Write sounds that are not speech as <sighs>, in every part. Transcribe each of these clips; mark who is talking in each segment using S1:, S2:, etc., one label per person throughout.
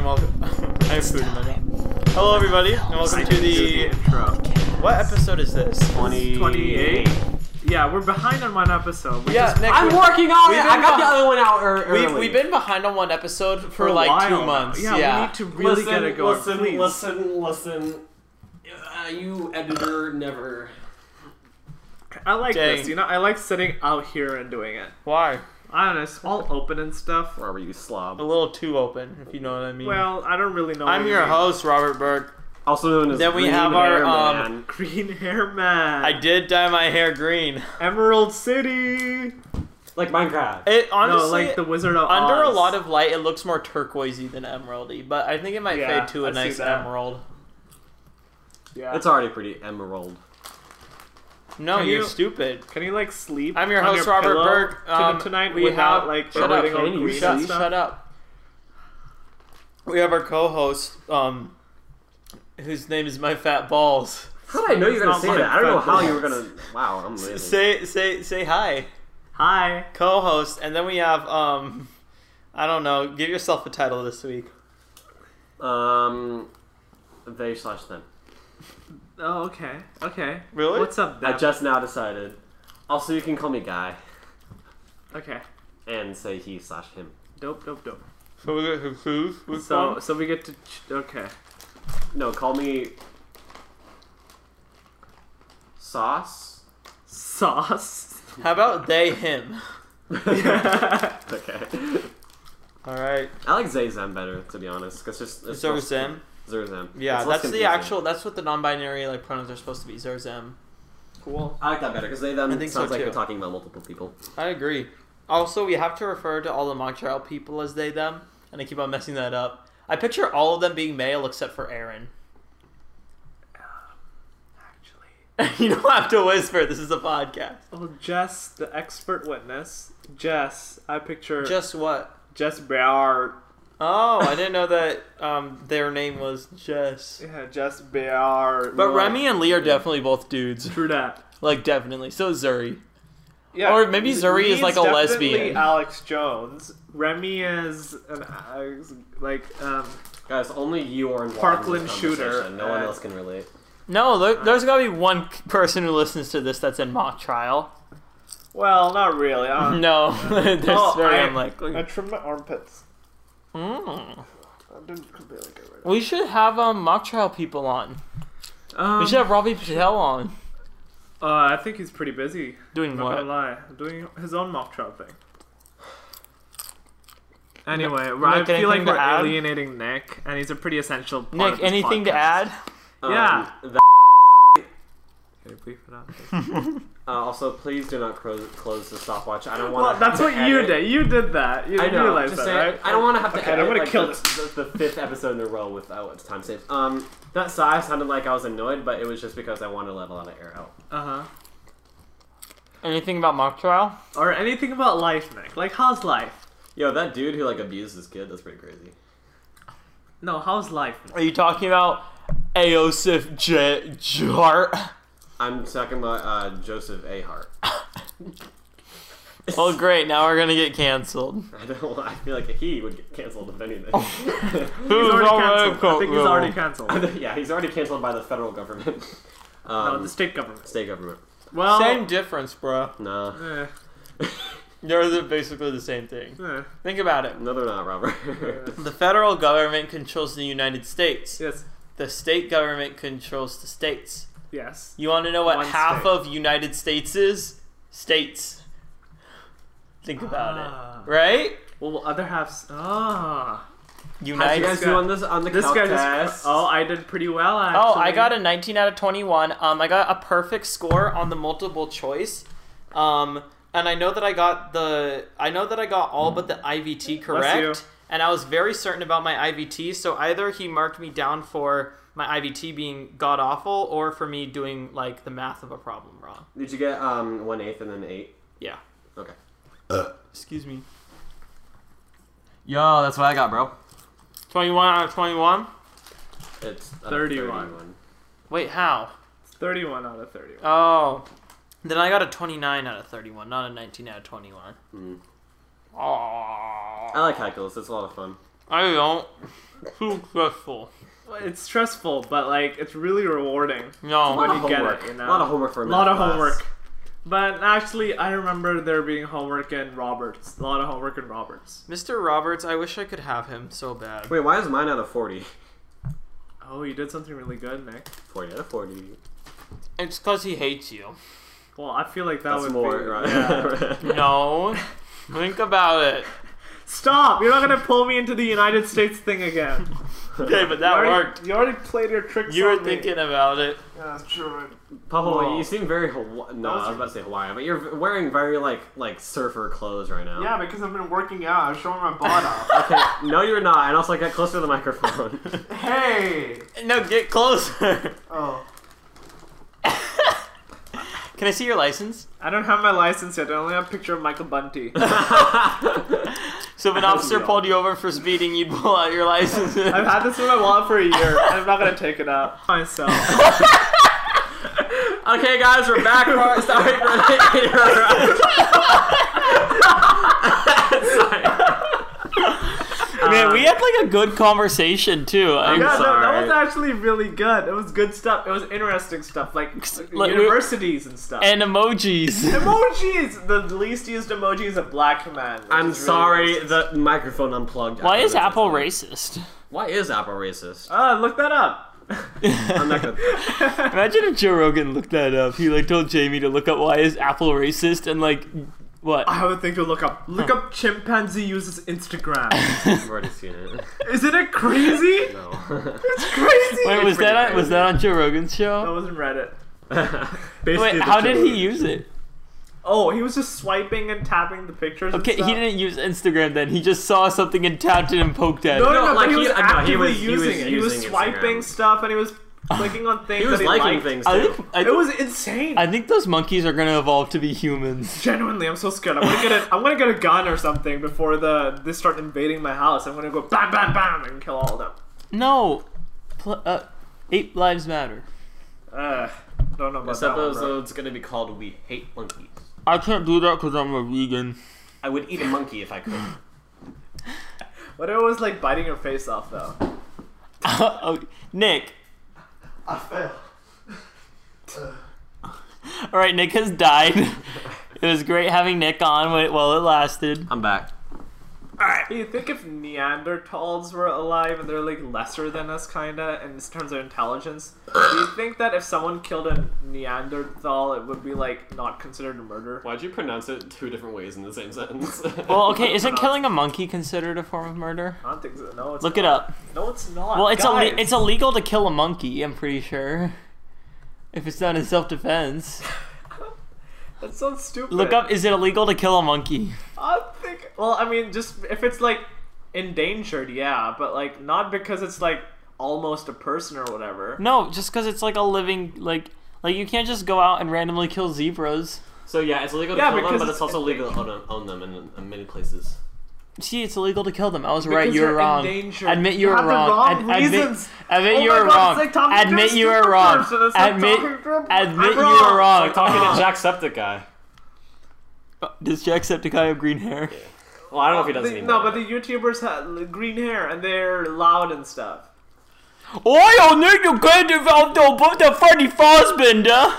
S1: welcome. <laughs> I have food in my mouth. Hello, everybody, and welcome to the.
S2: intro.
S1: What episode is this?
S2: 20
S3: 28. Yeah, we're behind on one episode. We
S1: Yeah,
S3: just,
S1: Nick,
S2: I'm
S1: we-
S2: working on
S1: we've
S2: it.
S1: been
S2: I got the
S1: beh-
S2: other one out ear- early.
S1: We've, we've been behind on one episode for,
S3: a
S1: like
S3: while
S1: two
S3: now.
S1: months.
S3: Yeah,
S1: Yeah,
S3: we need to really
S4: listen,
S3: get it going,
S4: Listen,
S3: please.
S4: listen, listen. Uh, you editor never.
S3: I like
S1: Dang.
S3: this. You know, I like sitting out here and doing it.
S1: Why?
S3: I don't know, it's all open and stuff.
S2: Where were you, slob?
S1: A little too open, if you know what I mean.
S3: Well, I don't really know.
S1: I'm
S3: what you
S1: your
S3: mean.
S1: host, Robert Burke.
S2: Also known as.
S1: Then we
S2: Green
S1: have our,
S2: Hair
S1: um,
S2: Man.
S3: <laughs> Green hair man.
S1: I did dye my hair green.
S3: Emerald City.
S2: like Minecraft.
S1: It honestly,
S3: no, like the Wizard of
S1: under a
S3: Oz.
S1: lot of light, it looks more turquoisey than emeraldy, but I think it might
S3: Yeah,
S1: fade to a
S3: I see
S1: nice
S3: that.
S1: emerald.
S3: Yeah.
S2: It's already pretty emerald.
S1: No,
S3: Can
S1: you're
S3: you-
S1: stupid.
S3: Can you like sleep?
S1: I'm your
S3: on
S1: host, Robert
S3: pillow
S1: Burke.
S3: to-
S1: Um,
S3: tonight
S1: we
S3: without
S1: have-
S3: like
S1: shut
S3: everything
S1: up,
S3: all
S2: Katie,
S3: green
S1: Shut,
S3: and stuff?
S1: shut up. We have our co-host, um, whose name is My Fat Balls.
S2: How did I know you were gonna
S3: It's
S2: say
S3: not
S2: that? I don't know how
S3: Minecraft.
S2: you were gonna. Wow, I'm losing.
S1: Say say say hi,
S3: Hi.
S1: co-host, and then we have um, I don't know. Give yourself a title this week.
S2: Um, they slash them.
S3: Oh, okay. Okay.
S1: Really?
S3: What's up,
S2: I
S3: Beth?
S2: just now decided. Also, you can call me guy
S3: Okay.
S2: and say he slash him.
S3: Dope, dope, dope.
S1: So we got who- who's who's
S3: So,
S1: on?
S3: so we get to. Ch- okay.
S2: No, call me.
S1: <laughs>
S2: Sauce. <laughs>
S3: <laughs> Sauce.
S1: How about they him?
S2: okay.
S1: All right.
S2: I like Zayzem better, to be honest. 'cause it's just it's
S1: Zerzem.
S2: less- Zerzem.
S1: Yeah,
S2: It's less
S1: that's the
S2: confusing.
S1: actual. That's what the non-binary like pronouns are supposed to be. Zerzem.
S3: Cool.
S2: I like that better because they then
S1: I think so,
S2: sounds like
S1: too.
S2: you're talking about multiple people.
S1: I agree. Also, we have to refer to all the Montreal people as they them, and I keep on messing that up. I picture all of them being male except for Aaron. <laughs>
S3: Actually.
S1: you don't have to whisper. This is a podcast.
S3: Oh, Jess, the expert witness. Jess, I picture Jess,
S1: Just what?
S3: Jess Beard.
S1: Oh, I didn't know that um, their name was Jess.
S3: Yeah, Jess Beard.
S1: But
S3: Look,
S1: Remy and Lee are definitely both dudes. <laughs>
S3: True that.
S1: Like, definitely. So is Zuri.
S3: Yeah.
S1: Or maybe Zuri is
S3: Lee's
S1: like a
S3: definitely
S1: lesbian.
S3: Alex Jones. Remy is an uh, like um.
S2: Guys, only you are involved. in
S3: Parkland
S2: this
S3: shooter,
S2: conversation. No one
S3: uh,
S2: else can relate.
S1: No, there, there's gotta be one c- person who listens to this that's in mock trial.
S3: Well, not really. Uh,
S1: <laughs> No, <laughs> there's
S3: oh,
S1: very
S3: I,
S1: unlikely.
S3: I trimmed my armpits.
S1: Mm.
S3: I didn't completely get rid of.
S1: We should have um, mock trial people on.
S3: Um,
S1: We should have Robbie Patel on.
S3: uh, I think he's pretty busy.
S1: Doing
S3: I'm not gonna
S1: what?
S3: lie, doing his own mock trial thing. Anyway, I
S1: Nick,
S3: feel like
S1: anything to
S3: we're
S1: add?
S3: alienating Nick, and he's a pretty essential. Part of
S1: Nick,
S3: this
S1: anything to
S3: podcast.
S1: add?
S3: Yeah.
S2: Um, that,
S3: Can you bleep it out?
S1: <laughs>
S2: uh, also, please do not close, close the stopwatch. I don't want.
S3: Well, that's what you did. You did that. You
S2: I
S3: didn't
S2: know.
S3: realize that,
S2: just saying,
S3: right?
S2: I don't want to have to
S3: Okay,
S2: edit
S3: I'm gonna
S2: like,
S3: kill
S2: the,
S3: this.
S2: The, the fifth episode in a row without a time save. Um, that sigh sounded like I was annoyed, but it was just because I wanted to let a lot of air out.
S3: Uh
S1: Anything about mock trial?
S3: huh. Or anything about life, Nick. Like how's life?
S2: Yo, that dude who like abused his kid—that's pretty crazy.
S3: No, how's life? Nick?
S1: Are you talking about Aosif J- Jart?
S2: I'm talking about uh, Joseph
S3: <laughs>
S2: A. <laughs> Hart.
S1: <laughs> Well, great. Now we're gonna get canceled.
S2: I don't. I feel like he would get canceled if anything.
S3: He's
S1: Who's
S3: already
S1: already
S3: canceled. I think he's
S1: canceled?
S3: already canceled.
S2: <laughs> yeah, he's already canceled by the federal government.
S3: <laughs>
S2: Um,
S3: No, the state government.
S2: state government.
S3: Well,
S1: Same difference, bro.
S2: Nah.
S3: eh,
S1: They're the- basically the same thing.
S3: eh.
S1: Think about it.
S2: No, they're not, Robert. <laughs>
S1: The federal government controls the United States.
S3: Yes.
S1: The state government controls the states.
S3: Yes.
S1: You want to know what
S3: One
S1: half
S3: state.
S1: of United States is? States. Think about
S3: Ah.
S1: it. Right?
S3: Well, other half's. Ah.
S2: How'd
S1: United.
S2: you guys do on this on the
S3: This
S2: calc
S3: guy
S2: test?
S3: just. Oh, I did pretty well, actually.
S1: Oh, I got a 19 out of 21. Um, I got a perfect score on the multiple choice. Um, and I know that I got the I know that I got all but the IVT
S3: you.
S1: correct. And I was very certain about my IVT, so either he marked me down for my IVT being god awful or for me doing like the math of a problem wrong.
S2: Did you get um one eighth and then eight?
S1: Yeah.
S2: Okay.
S1: Excuse me.
S2: Yo, that's what I got, bro.
S1: 21 out of 21?
S2: It's uh,
S3: 31.
S1: Wait, how?
S3: 31 out of 31.
S1: Oh. Then I got a 29 out of 31, not a 19 out of 21.
S2: Mm.
S1: Aww.
S2: I like calculus. It's a lot of fun.
S1: I don't. Successful.
S3: It's stressful, but like it's really rewarding.
S1: No. <laughs>
S3: What-
S2: lot of
S3: you get it,
S2: homework.
S3: you know?
S2: A lot of homework for
S3: A
S2: a
S3: lot
S2: math
S3: of
S2: class.
S3: homework. But actually, I remember there being homework in Roberts. A lot of homework in Roberts.
S1: Mr. Roberts, I wish I could have him so bad.
S2: Wait, why is mine out of <laughs> 40?
S3: Oh, you did something really good, Nick.
S2: 40 out of 40.
S1: It's because he hates you.
S3: Well, I feel like that
S2: That's
S3: would
S2: more,
S3: be.
S2: <laughs> right?
S3: Yeah.
S1: <laughs> No. Think about it.
S3: Stop! You're not gonna pull me into the United States thing again.
S1: Okay, but
S3: you
S1: that
S3: already,
S1: worked.
S3: You already played your tricks.
S1: You were
S3: on me.
S1: thinking about it.
S3: Yeah, sure.
S2: Pablo,
S3: Whoa.
S2: you seem very Hawaii. No,
S3: That was-
S2: I was about to say Hawaiian, but you're v- wearing very like like surfer clothes right now.
S3: Yeah, because I've been working out. I'm showing my butt
S2: <laughs>
S3: off.
S2: Okay, no, you're not. And also, get closer to
S3: <laughs>
S2: the microphone.
S3: hey.
S1: No, get closer.
S3: Oh.
S1: <laughs> Can I see your license?
S3: I don't have my license yet. I only have a picture of Michael Bunty.
S1: So <laughs> if an
S2: I hope
S1: officer
S2: we all-
S1: pulled you over for speeding, you'd pull out <laughs> your license.
S3: I've had this in my wallet for a year. and I'm not gonna take it out
S1: <laughs>
S3: myself.
S2: okay, guys, we're back.
S1: <laughs>
S2: For, sorry for the
S1: Man, we had like a good conversation too. I-
S3: Yeah, no, that was
S2: Sorry.
S3: actually really good. It was good stuff. It was interesting stuff, like
S1: Look, we-
S3: universities and stuff.
S1: and emojis.
S3: emojis. The least used emoji is a black man. which
S2: I'm
S3: is really
S2: sorry,
S3: racist.
S2: the microphone unplugged.
S1: Why is
S2: That's
S1: Apple
S2: funny.
S1: racist?
S2: Why is
S3: <laughs>
S2: Apple racist?
S3: Ah, look that up.
S2: I'm not gonna.
S1: Imagine if Joe Rogan looked that up. He like told Jamie to look up why is Apple racist and like what?
S3: I have a thing to look up. Look up chimpanzee uses
S1: <laughs>
S3: Instagram.
S2: I've already seen it.
S3: Isn't it crazy? <laughs>
S2: No. <laughs>
S3: It's crazy.
S1: Wait, was that on, was that on Joe Rogan's
S3: That
S1: show?
S3: was in Reddit.
S2: Basically,
S1: Wait,
S2: the
S1: how did
S2: joke.
S1: he use it?
S3: Oh, he was just swiping and tapping the pictures. and
S1: Okay,
S3: stuff.
S1: he didn't use Instagram then. He just saw something and tapped it and poked at
S3: No,
S1: it.
S3: no, no,
S2: No,
S3: but
S2: like,
S3: he
S2: he-
S3: was
S2: uh, no, he
S3: actively
S2: was- he
S3: using
S2: was
S3: it. He was
S2: using
S3: swiping
S2: Instagram.
S3: stuff and he
S2: <sighs>
S3: was clicking on things.
S2: He was
S3: that he
S2: liking
S3: liked.
S2: things.
S1: I
S2: too.
S1: think I,
S3: It was insane.
S1: I think those monkeys are gonna evolve to be humans.
S3: Genuinely, I'm so scared. I'm gonna get a, I'm gonna get a gun or something before the they start invading my house. I'm gonna go bam, bam, bam, and kill all of them.
S1: No, Pl- uh, ape lives matter.
S3: Uh, don't know about
S2: This
S3: that. One, bro.
S2: episode's gonna be called "We Hate Monkeys."
S1: I can't do that because I'm a <laughs> vegan.
S2: I would eat a monkey if I could.
S3: What if it was like biting your face off though?
S1: Okay, Oh, Nick.
S3: I failed. <laughs>
S1: All right, Nick has <laughs> died. it was great having Nick on wh- while it lasted.
S2: I'm back.
S3: Do you think if Neanderthals were alive and they're like lesser than us, kinda, in terms of intelligence, do you think that if someone killed a Neanderthal, it would be like not considered murder?
S2: Why'd you pronounce it two different ways in the same <laughs> sentence?
S1: Well, okay, isn't killing a monkey considered a form of murder?
S3: I don't think so. No, it's
S1: Look it
S3: not.
S1: up.
S3: No, it's not.
S1: Well, it's
S3: Guys,
S1: alle- it's illegal to kill a monkey. I'm pretty sure. If it's not in self-defense,
S3: that sounds stupid.
S1: look up. Is it illegal to kill a monkey?
S3: I think. Well, I mean, just if it's like endangered, yeah, but like not because it's like almost a person or whatever.
S1: No, just because it's like a living like like you can't just go out and randomly kill zebras.
S2: so yeah, it's illegal to
S3: Yeah,
S2: kill them,
S3: because
S2: but
S3: it's-
S2: it's also legal to own, own them in, in many places.
S1: See, it's illegal to kill them. I was right.
S3: Because
S1: You were
S3: you're
S1: wrong.
S3: endangered.
S1: Admit
S3: You
S1: you were
S3: have the
S1: wrong.
S3: wrong
S1: Ad-
S3: reasons.
S1: Admit, admit
S3: Oh
S1: you
S3: my
S1: were
S3: God,
S1: wrong.
S3: it's like talking to a
S1: admit you were
S3: stupid
S1: wrong.
S3: person. It's like
S1: Admit,
S3: talking to a-
S1: admit
S3: I'm
S1: you were
S3: wrong.
S1: wrong.
S2: Talking
S1: <laughs>
S2: to Jacksepticeye.
S1: Does Jacksepticeye have green hair?
S2: Well, I don't know if he does
S3: The-
S2: anymore.
S3: no, but the YouTubers have green hair and they're loud and stuff.
S1: Why don't you get involved with the Freddy Fazbear?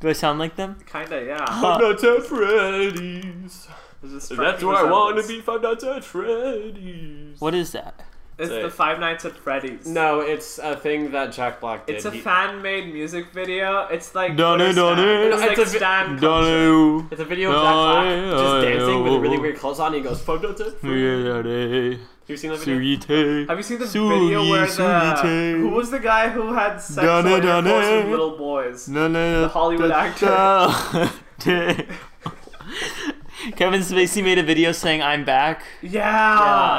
S1: Do I sound like them?
S3: Kinda, yeah.
S1: Huh.
S2: Five Nights at Uh, Freddy's.
S3: There's a striking
S2: That's where I want to
S3: resemblance.
S2: be. Five Nights at Freddy's.
S1: What is that?
S3: It's
S2: Say.
S3: the Five Nights at Freddy's.
S2: No, it's a thing that Jack Black did.
S3: It's a
S2: He-
S3: fan made music video. It's like.
S1: Done it, done it.
S3: It's like
S2: It's a vi-
S3: Stan culture.
S1: Donu.
S2: It's a video of Jack Black
S1: Oh,
S2: just
S1: yeah,
S2: dancing with really
S1: oh.
S2: weird clothes on. And he goes Five Nights at Freddy's. You seen that video?
S1: Sugite.
S3: Have you seen the
S1: Sugi,
S3: video where the.
S1: Sugite.
S3: Who was the guy who had sex
S1: Done it,
S3: with
S1: done it.
S3: little boys?
S1: No, no, no.
S3: The Hollywood
S1: Da-
S3: actor.
S1: <laughs> da- Kevin Spacey made a video saying "I'm back."
S3: Yeah,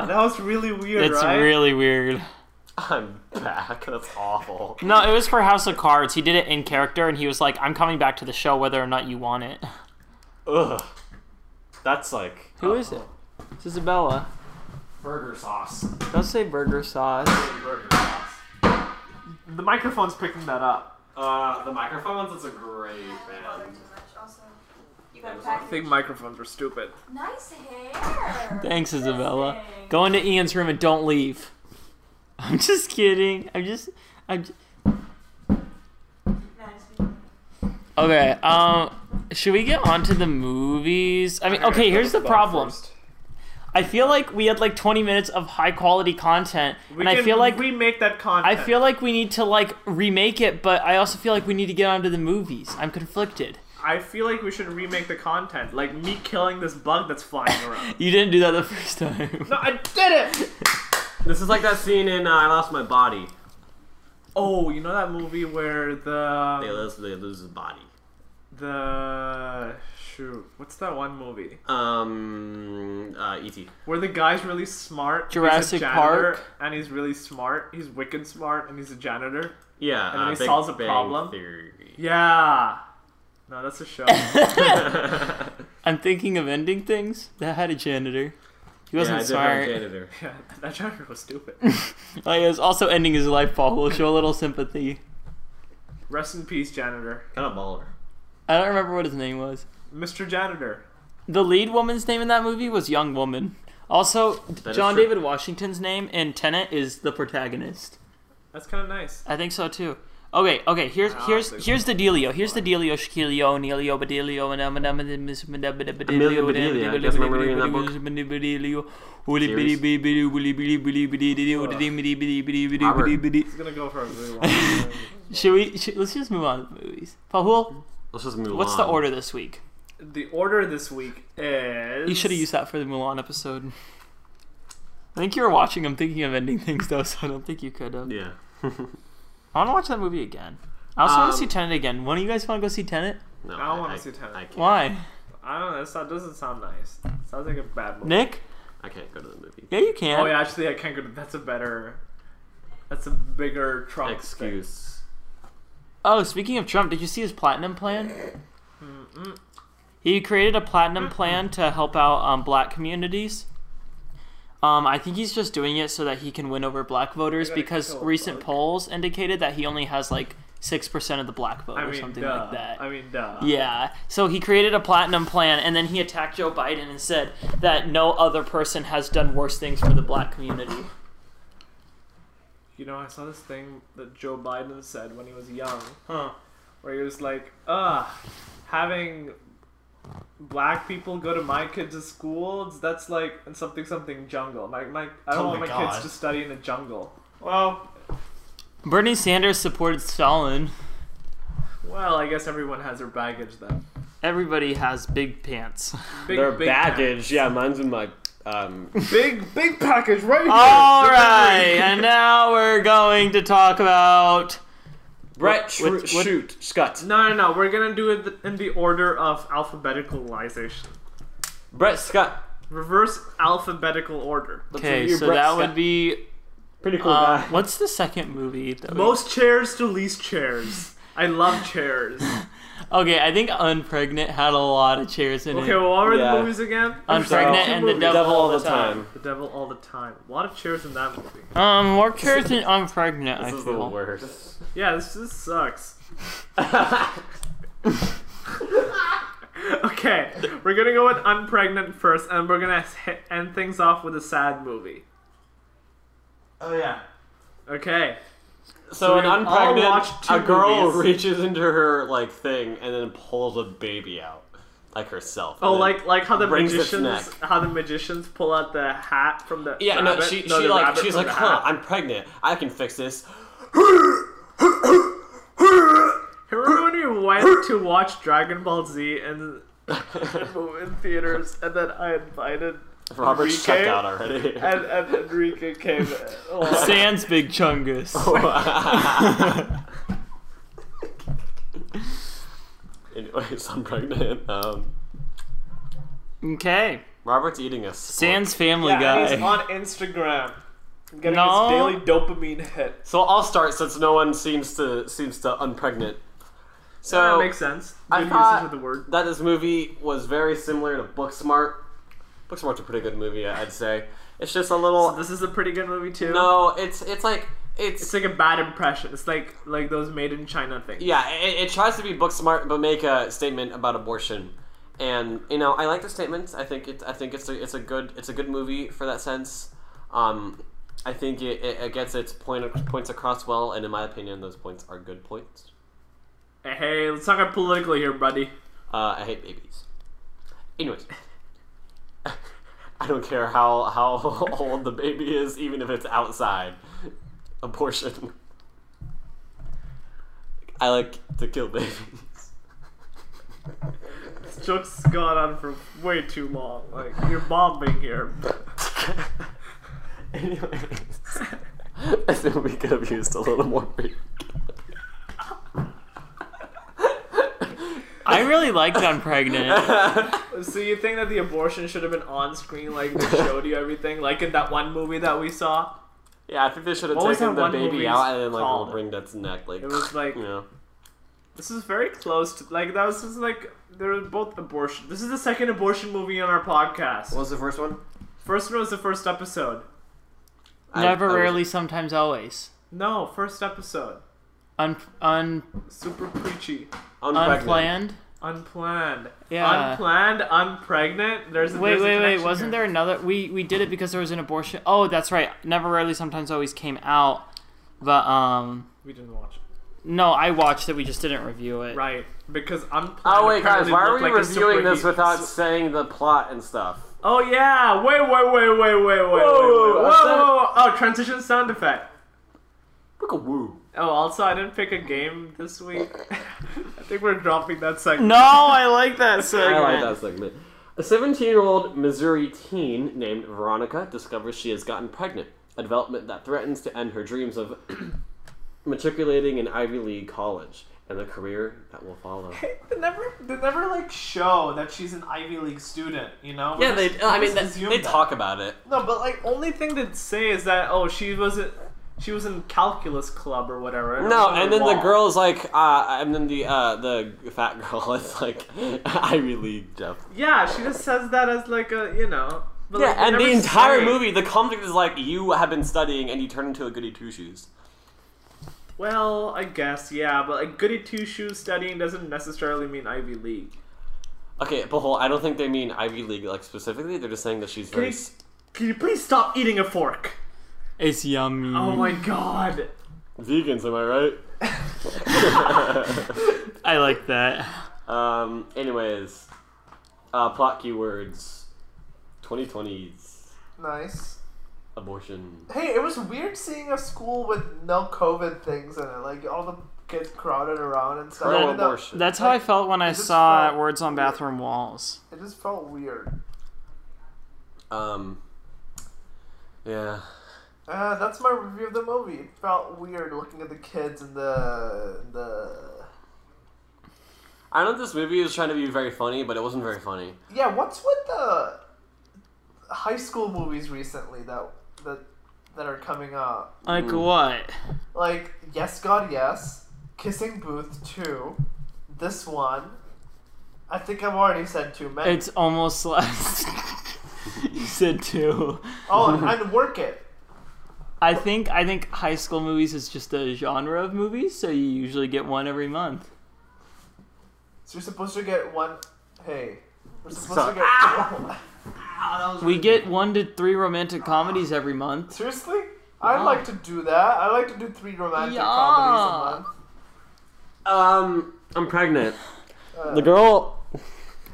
S1: Yeah.
S3: that was really weird,
S1: It's
S3: right?
S1: really weird.
S2: I'm back. That's awful.
S1: No, it was for House of Cards. He did it in character, and he was like, "I'm coming back to the show, whether or not you want it."
S2: Ugh. That's like
S1: <laughs> Who is it? It's Isabella.
S2: burger sauce.
S1: Don't say burger sauce.
S2: Burger sauce.
S3: The microphone's picking that up.
S2: Uh, the microphones. It's a great band.
S3: I think microphones are stupid.
S5: Nice hair.
S1: Thanks, Isabella. Go into Ian's room and don't leave. <laughs> I'm just kidding. I'm just. I'm. Just... Okay. Um. Should we get on to the movies? I mean, okay. Here's the problem. I feel like we had like 20 minutes of high quality content,
S3: We
S1: and I
S3: can-
S1: feel like
S3: we make that
S1: I
S3: content.
S1: feel like we need to like remake it, but I also feel like we need to get onto the movies. I'm conflicted.
S3: I feel like we should remake the content, like me killing this bug that's flying
S1: <laughs>
S3: around.
S1: You didn't do that the first time.
S3: no, I did it.
S2: This is like that scene in uh, I Lost My Body.
S3: Oh, you know that movie where
S2: They
S3: the
S2: lose, they lose his body.
S3: the shoot, what's that one movie
S2: Um, uh, E.T.
S3: where the guy's really smart? he's a
S1: Jurassic
S3: janitor,
S1: Park.
S3: and he's really smart. He's wicked smart, and he's a janitor.
S2: Yeah,
S3: And then
S2: uh,
S3: he
S2: Big
S3: solves a
S2: Bang
S3: problem.
S2: Theory.
S3: Yeah. No, that's
S1: <laughs>
S3: a show.
S1: I'm thinking of ending things. That had a janitor. He
S2: <laughs> yeah, I
S1: wasn't
S2: did have a
S1: smart.
S2: janitor.
S3: yeah, that genre was stupid.
S1: Oh, he was also ending his life, Paul. We'll show a little sympathy.
S3: Rest in peace, janitor.
S2: Kind of baller.
S1: I don't remember what his name was.
S3: Mr. Janitor.
S1: The lead woman's name in that movie was Young Woman. Also,
S2: is
S1: John
S2: true.
S1: David Washington's name in Tenet is the protagonist.
S3: That's kind of nice.
S1: I think so too. Okay, okay. Here's
S3: think
S1: here's
S3: so.
S1: here's the dealio. Here's the dealio. Shaquilio, Neilio, Badilio, and
S2: Amelia Bedelia. I guess remember reading that book.
S3: He's gonna go for a really long
S1: <laughs>
S3: time.
S1: Should we? Should, let's just move on to the movies. Pahul,
S2: Let's just move
S1: what's
S2: on.
S1: the order this week?
S3: The order this week is.
S1: You should have used that for the Mulan episode. I think you were watching. I'm thinking of ending things though, so I don't think you could have.
S2: Yeah. <laughs>
S1: I want to watch that movie again. I also want
S2: Um,
S1: to see Tenet again. One of you guys want to go see Tenet?
S2: No,
S3: I wanna see Tenet.
S2: I can't.
S1: Why,
S3: I don't know. That sound- doesn't sound nice. Sounds like a bad movie.
S1: Nick?
S2: I can't go to the movie.
S1: Yeah, you can.
S3: Oh, yeah, actually, I can't go. To, that's a better. That's a bigger Trump thing.
S2: Excuse.
S1: Oh, speaking of Trump, did you see his platinum plan? He created a platinum plan to help out um, black communities. Um, I think he's just doing it so that he can win over black voters
S3: gotta
S1: because
S3: kill a
S1: recent
S3: bug.
S1: polls indicated that he only has like 6% of the black vote
S3: I
S1: or
S3: mean,
S1: something
S3: duh.
S1: like that.
S3: I mean, uh, duh.
S1: Yeah. So he created a platinum plan and then he attacked Joe Biden and said that no other person has done worse things for the black community.
S3: You know, I saw this thing that Joe Biden said when he was young,
S1: Huh.
S3: where he was like, "Ugh, having black people go to my kids' schools, that's like and something something jungle. My, my, I don't
S6: Oh
S3: want
S6: my
S3: my
S6: God.
S3: kids to study in a jungle."
S6: Well,
S1: Bernie Sanders supported Stalin.
S3: Well, I guess everyone has their baggage then.
S1: Everybody has big pants. <laughs>
S3: Big,
S2: Their
S3: big
S2: baggage. Yeah, mine's in my. Um,
S3: Big big package right here.
S1: All right, and now we're going to talk about.
S2: Brett, Shru-
S1: what- what-
S2: shoot, Scott.
S3: No, no, no. We're gonna do it in the order of alphabeticalization.
S2: Brett Scott.
S3: Reverse alphabetical order.
S2: Let's
S1: Okay,
S2: review
S1: so
S2: Brett
S1: that
S2: Scott. Oh,
S1: would be.
S2: pretty cool
S1: Uh,
S3: <laughs>
S2: guy.
S1: what's the second movie? That we-
S3: Most chairs to least chairs. I love chairs.
S1: okay, I think Unpregnant had a lot of chairs in
S3: Okay,
S1: it.
S3: well, what were
S2: Yeah.
S3: the movies again?
S1: I'm
S3: There's
S1: pregnant
S3: two
S1: and the
S3: movies.
S1: devil all
S2: all
S1: the
S2: the time.
S3: The devil all the time. A lot of chairs in that movie.
S1: Um, more chairs than Unpregnant. I
S2: This is the
S1: feel.
S3: <laughs>
S2: worst.
S3: Yeah, this this sucks. Okay, we're gonna go with unpregnant first, and we're gonna hit, end things off with a sad movie.
S2: oh yeah.
S3: Okay.
S2: So an
S3: we've all
S2: unpregnant,
S3: watched two
S2: a girl
S3: movies.
S2: reaches into her like thing and then pulls a baby out, like herself.
S3: Oh,
S2: And then-
S3: like like how the
S2: Brings its
S3: magicians how the magicians pull out the hat from the
S2: yeah, no,
S3: rabbit-
S2: she she
S3: the
S2: like
S3: rabbit
S2: she's
S3: from
S2: like,
S3: the
S2: huh,
S3: hat.
S2: I'm pregnant. I can
S3: <laughs>
S2: fix this. <laughs>
S3: Remember when we went to watch Dragon Ball Z in, in theaters, and then I invited
S2: Robert
S3: Enrique?
S2: checked out already.
S3: and, and Enrique
S2: <laughs>
S3: came. along.
S1: Sans Big Chungus.
S2: Oh. Anyways, I'm pregnant. Um,
S1: Okay,
S2: Robert's eating a sand.
S1: Sans Family
S3: Yeah, and
S1: Guy.
S3: he's on Instagram, getting
S1: No.
S3: his daily dopamine hit.
S2: So I'll start since no one seems to seems to unpregnant. So
S3: that makes sense. Good
S2: I
S3: usage
S2: thought-
S3: of the word.
S2: that this movie was very similar to Booksmart. Booksmart's a pretty good movie, I'd say. It's just a little
S3: This is a pretty good movie too.
S2: no. It's it's like
S3: it's
S2: it's
S3: like a bad impression. It's like like those made in China things.
S2: yeah. It, it tries to be Booksmart, but make a statement about abortion. And you know, I like the statements. I think it's I think it's a it's a good it's a good movie for that sense. Um, I think it, it, it gets its point points across well, and in my opinion, those points are good points.
S3: Hey, hey, let's not get political here, buddy.
S2: Uh, I hate babies. Anyways, <laughs> I don't care how how <laughs> old the baby is, even if it's outside. Abortion. <laughs> I like to kill babies.
S3: This joke's gone on for way too long. Like you're bombing here. <laughs>
S2: <laughs> Anyways, I think we could have used a little more. <laughs> baby.
S1: I really liked I'm pregnant.
S3: So you think that the abortion should have been on screen, like
S2: <laughs>
S3: they showed you everything, like in that one movie that we saw?
S2: Yeah, I think they should have
S3: What was that
S2: taken the
S3: one
S2: baby
S3: movie
S2: out and then like
S3: called?
S2: we'll bring that's neck like.
S3: It was like
S2: you know.
S3: this is very close to like that was just like they were both abortion. This is the second abortion movie on our podcast.
S7: What was the first one?
S3: First one was the first episode.
S2: <laughs> I-
S1: Never,
S2: I was-
S1: rarely, sometimes, always.
S3: No, first episode.
S1: Un, un,
S3: Super preachy.
S2: unpregnant.
S1: unplanned.
S3: Unplanned.
S1: Yeah.
S3: Unplanned, unpregnant. There's a,
S1: Wait,
S3: there's
S1: wait,
S3: a
S1: wait!
S3: connection
S1: Wasn't
S3: here.
S1: there another? We we did it because there was an abortion. Oh, that's right. Never, rarely, sometimes, always came out. But um,
S3: We didn't watch. it.
S1: no, I watched it. We just didn't review it.
S3: Right, because unplanned.
S2: Oh wait, guys,
S3: apparently
S2: why are
S3: looked
S2: we
S3: like a
S2: reviewing
S3: super
S2: this
S3: he-
S2: without
S3: su-
S2: saying the plot and stuff?
S3: Oh yeah! Wait, wait, wait, wait, wait, wait, wait, wait,
S2: Whoa,
S3: whoa, whoa,
S2: what's
S3: whoa! Oh, transition sound effect.
S2: Look a woo.
S3: Oh, also, I didn't pick a game this week. <laughs> I think we're dropping that segment.
S1: No, I like that segment.
S2: I like that segment. A 17 year old Missouri teen named Veronica discovers she has gotten pregnant, a development that threatens to end her dreams of <clears throat> matriculating in Ivy League college and the career that will follow.
S3: <laughs> They never, they never like show that she's an Ivy League student. You know?
S2: Yeah, they. uh, I mean,
S3: Just
S2: they,
S3: assume
S2: they
S3: that.
S2: talk about it.
S3: No, but like, only thing they'd say is that oh, she was a, she was in calculus club or whatever. and it
S2: No,
S3: was on
S2: and
S3: her
S2: then the
S3: wall.
S2: girl's like, uh, and then the uh, the fat girl <laughs> is like, Ivy League Jeff.
S3: Yeah, she just says that as like a you know. But
S2: Yeah,
S3: like, they
S2: and the
S3: never
S2: entire
S3: say.
S2: movie, the conflict is like, you have been studying and you turn into a goody two shoes.
S3: Well, I guess yeah, but like goody two shoes studying doesn't necessarily mean Ivy League.
S2: Okay, but hold, I don't think they mean Ivy League like specifically. They're just saying that she's very.
S3: Can you,
S2: s-
S3: can you please stop eating a fork?
S1: It's yummy.
S3: Oh my god.
S2: Vegans, am I <laughs>
S1: I like that.
S2: right? um. Anyways, uh, plot keywords, 2020s,
S8: Nice.
S2: abortion.
S8: Hey, it was weird seeing a school with no COVID things in it. Like all the kids crowded around and stuff.
S2: Pro
S8: Even though-
S2: abortion.
S1: That's how I felt when I
S8: just
S1: saw
S8: felt-
S1: words on bathroom walls.
S8: It just felt weird.
S2: Um. Yeah.
S8: Uh, that's my review of the movie. It felt weird looking at the kids and the the.
S2: I know this movie was trying to be very funny, but it wasn't very funny.
S8: Yeah, what's with the high school movies recently that that that are coming out?
S1: Like
S3: Mm.
S1: what?
S8: Like Yes God Yes, Kissing Booth two, this one. I think I've already said too many.
S1: It's almost <laughs> less. you said two.
S8: oh, and,
S3: <laughs>
S8: and Work It.
S1: I think I think high school movies is just a genre of movies, so you usually get one every month.
S8: So you're supposed to get one. Hey, we're supposed
S2: So-
S8: to get.
S1: We get one to three romantic comedies every month.
S8: Seriously, I'd like to do that. I'd like to do three romantic
S1: Yeah.
S8: comedies a month.
S2: Um, I'm pregnant.
S8: Uh,
S2: the <laughs> girl.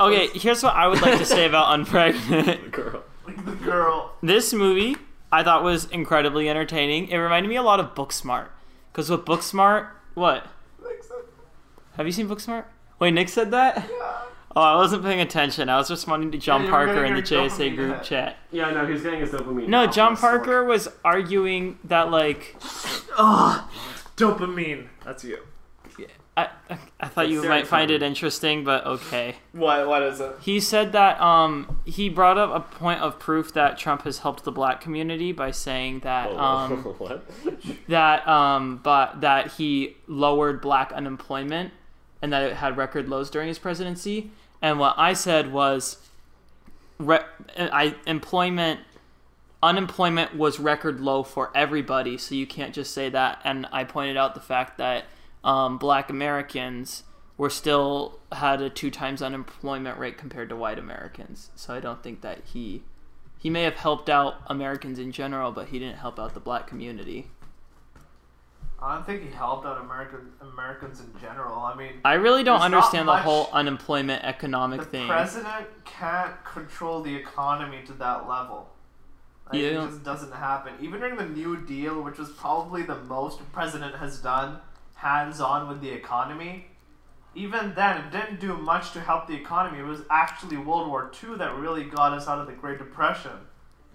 S1: Okay, here's what I would like to say about
S2: <laughs>
S1: Unpregnant.
S2: Girl.
S8: The girl.
S1: This movie I thought was incredibly entertaining. It reminded me a lot of Booksmart. Because with Booksmart, what? Have you seen Booksmart? Wait, Nick said that? Oh, I wasn't paying attention. I was responding to John
S8: Yeah, you were
S1: Parker in the
S8: getting your
S1: JSA
S8: dopamine
S1: group
S8: hit.
S1: chat.
S2: Yeah, no, he's getting his dopamine.
S1: No,
S2: off
S1: John
S2: this work.
S1: Parker was arguing that like
S3: Ah, Dopamine. That's you.
S1: I, I, I thought you
S2: It's
S1: might find it
S2: serotonin.
S1: interesting, but okay.
S3: What what is it?
S1: He said that um, he brought up a point of proof that Trump has helped the black community by saying that um,
S2: Oh. <laughs> what?
S1: that um, but that he lowered black unemployment and that it had record lows during his presidency. And what I said was, re- I employment unemployment was record low for everybody, so you can't just say that. And I pointed out the fact that um, Black Americans were still had a two times unemployment rate compared to White Americans. So I don't think that he he he may have helped out Americans in general, but he didn't help out the black community.
S8: I don't think he helped out American Americans in general. I mean,
S1: I really don't
S8: There's not
S1: understand the
S8: much-
S1: whole unemployment economic
S8: the
S1: thing.
S8: president can't control the economy to that level. Like, It
S1: Yeah.
S8: just doesn't happen. Even during the New Deal, which was probably the most president has done hands on with the economy, even then it didn't do much to help the economy. It was actually World War II that really got us out of the Great Depression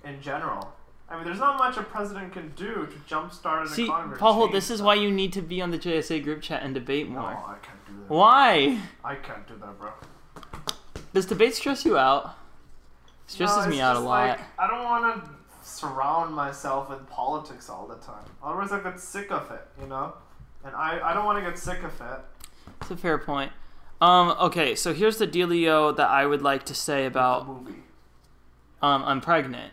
S8: in general. I mean, there's not much a president can do to jumpstart an
S1: See,
S8: economy. or
S1: Paul,
S8: change
S1: this is
S8: that.
S1: why you need to be on the JSA group chat and debate
S8: No,
S1: more.
S8: I can't do that.
S1: Why?
S8: I can't do that, bro.
S1: Does debate stress you out? Stresses
S8: No,
S1: me
S8: it's
S1: out a
S8: just
S1: lot.
S8: Like, I don't want to surround myself with politics all the time. Otherwise, I get sick of it, you know? And I, I don't want to get sick of it.
S1: It's a fair point. Um, okay, so here's the dealio that I would like to say
S8: A
S1: about
S8: movie.
S1: um, I'm pregnant.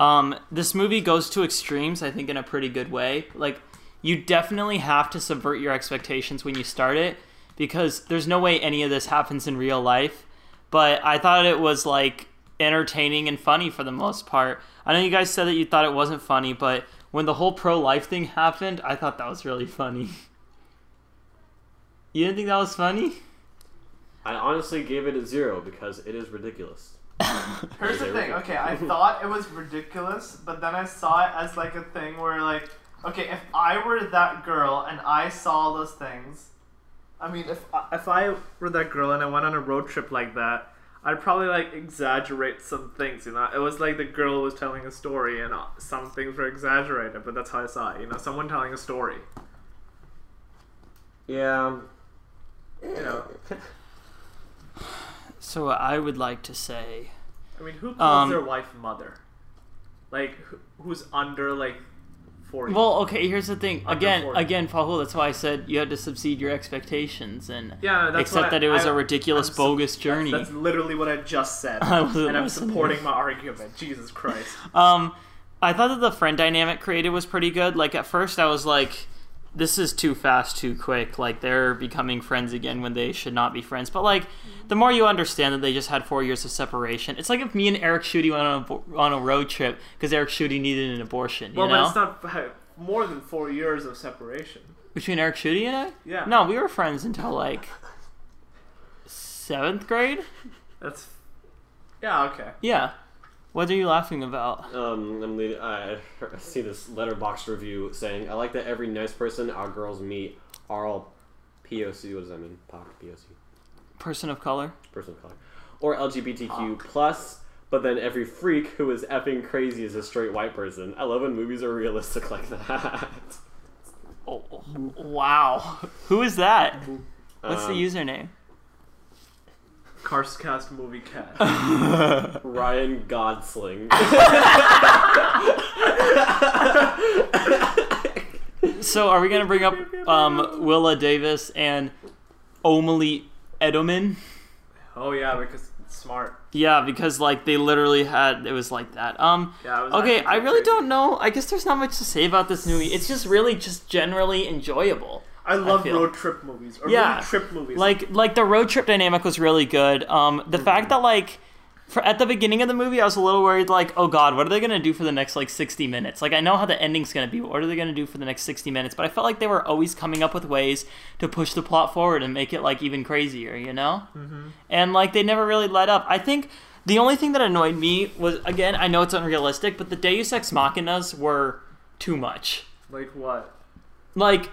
S1: Um, this movie goes to extremes, I think, in a pretty good way. Like, you definitely have to subvert your expectations when you start it because there's no way any of this happens in real life. But I thought it was like entertaining and funny for the most part. I know you guys said that you thought it wasn't funny, but when the whole pro life thing happened, I thought that was really funny. <laughs> you didn't think that was funny?
S2: I honestly gave it a zero because it is ridiculous.
S8: Here's the
S2: There we
S8: thing.
S2: go.
S8: Okay,
S2: <laughs>
S8: I thought it was ridiculous, but then I saw it as like a thing where like, okay, if I were that girl and I saw all those things, I mean, if I,
S3: If I were that girl and I went on a road trip like that, I'd probably like exaggerate some things. You know, it was like the girl was telling a story, and uh, some things were exaggerated, but that's how I saw it. You know, someone telling a story.
S2: Yeah.
S3: You know,
S1: So, what I would like to say
S3: I mean, who calls
S1: Um,
S3: their wife mother? Like, who, who's under like forty?
S1: Well, okay, here's the thing.
S3: Under
S1: Again,
S3: 40.
S1: again, Fahul, that's why I said you had to subsede your expectations and
S3: yeah, no, that's
S1: accept
S3: what
S1: that it was
S3: I-
S1: a ridiculous,
S3: I'm so-
S1: bogus journey.
S3: That's literally what I just
S1: <laughs>
S3: said,
S1: I wasn't
S3: and I'm
S1: listening.
S3: supporting my argument. Jesus Christ!
S1: Um, I thought that the friend dynamic created was pretty good. Like, at first, I was like, this is too fast, too quick. Like, they're becoming friends again when they should not be friends. But, like, the more you understand that they just had four years of separation, it's like if me and Eric Schutte went on a, bo- on a road trip because Eric Schutte needed an abortion, <laughs> you
S3: Well,
S1: know?
S3: but it's not f- more than four years of separation.
S1: Between Eric Schutte and I?
S3: Yeah,
S1: No, we were friends until, like, seventh grade?
S3: that's yeah, okay.
S1: Yeah. What are you laughing about?
S2: Um, I'm leading, I <laughs> heard- see this letterbox review saying, I like that every nice person our girls meet are all POC. What does that mean? POC, POC.
S1: Person of color?
S2: Person of color. Or LGBTQ plus. But then every freak who is effing crazy is a straight white person. I love when movies are realistic <laughs> like that.
S1: Oh, wow. Who is that? What's the
S2: Um,
S1: username?
S3: Carscast movie cat.
S1: <laughs>
S2: Ryan Godsling.
S1: So, are we going to bring up um, Willa Davis and Omali Edelman?
S3: oh yeah, because it's smart.
S1: Yeah, because, like, they literally had. It was like that. Um.
S3: Yeah. It was
S1: Okay,
S3: actually
S1: I really
S3: crazy.
S1: don't know. I guess there's not much to say about this movie. It's just really just generally enjoyable.
S3: I love
S1: feel-
S3: road trip movies or
S1: Yeah.
S3: road trip movies.
S1: like like the road trip dynamic was really good um the fact that like for, at the beginning of the movie i was a little worried like oh god what are they gonna do for the next like 60 minutes like i know how the ending's gonna be but what are they gonna do for the next 60 minutes but i felt like they were always coming up with ways to push the plot forward and make it like even crazier you know
S3: Mm-hmm.
S1: and like they never really let up. I think the only thing that annoyed me was again, I know it's unrealistic, but the Deus Ex Machinas were too much.
S3: like what?
S1: Like,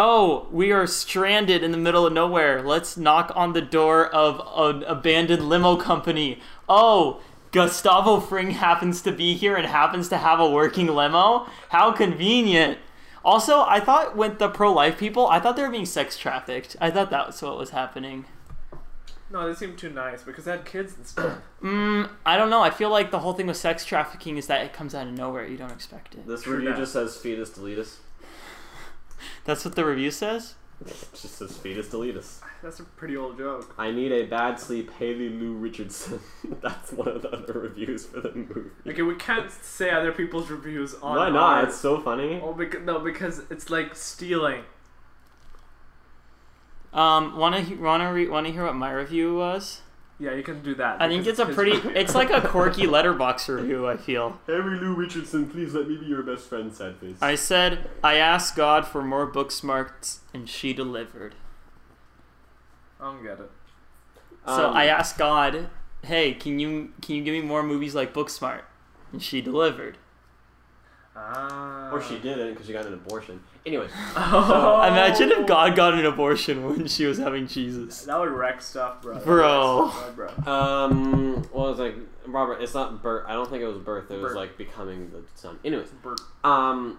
S1: oh, we are stranded in the middle of nowhere. Let's knock on the door of an abandoned limo company. Oh. Gustavo Fring happens to be here and happens to have a working limo. How convenient. Also, I thought with the pro life people, I thought they were being sex trafficked. I thought that was what was happening.
S3: No, they seem too nice because they had kids and stuff.
S1: <clears throat> Mm, I don't know. I feel like the whole thing with sex trafficking is that it comes out of nowhere. You don't expect it.
S2: this
S3: True
S2: review
S3: that.
S2: just says fetus deletus.
S1: That's what the review says.
S2: Just says fetus deletus.
S3: That's a pretty old joke.
S2: I need a bad sleep, Haley Lou Richardson. <laughs> That's one of the other reviews for the movie.
S3: Okay, we can't say other people's reviews on.
S2: Why not?
S3: ours.
S2: It's so funny.
S3: Oh, because, no, because it's like stealing.
S1: Um, wanna he- wanna re- wanna hear what my review was?
S3: Yeah, you can do that.
S1: I think it's
S3: because
S1: a
S3: his-
S1: pretty. It's like a quirky letterbox review. I feel.
S2: Harry Lou Richardson, please let me be your best friend, sad face.
S1: I said I asked God for more book smarts, and she delivered.
S3: I don't get it.
S1: So
S2: Um,
S1: I
S3: uh,
S1: asked God, "Hey, can you can you give me more movies like Booksmart?" And she delivered.
S3: Ah.
S2: Or
S3: <laughs>
S2: she didn't because she got an abortion. Anyway,
S3: Oh.
S1: Imagine if God got an abortion <laughs> when she was having Jesus.
S3: Oh. That would wreck stuff, bro. That would
S1: Bro.
S3: wreck stuff, bro.
S2: um, well, it's like Robert. It's not birth. I don't think it was birth. It was
S3: Birth.
S2: like becoming the son. Anyways,
S3: bro.
S2: um,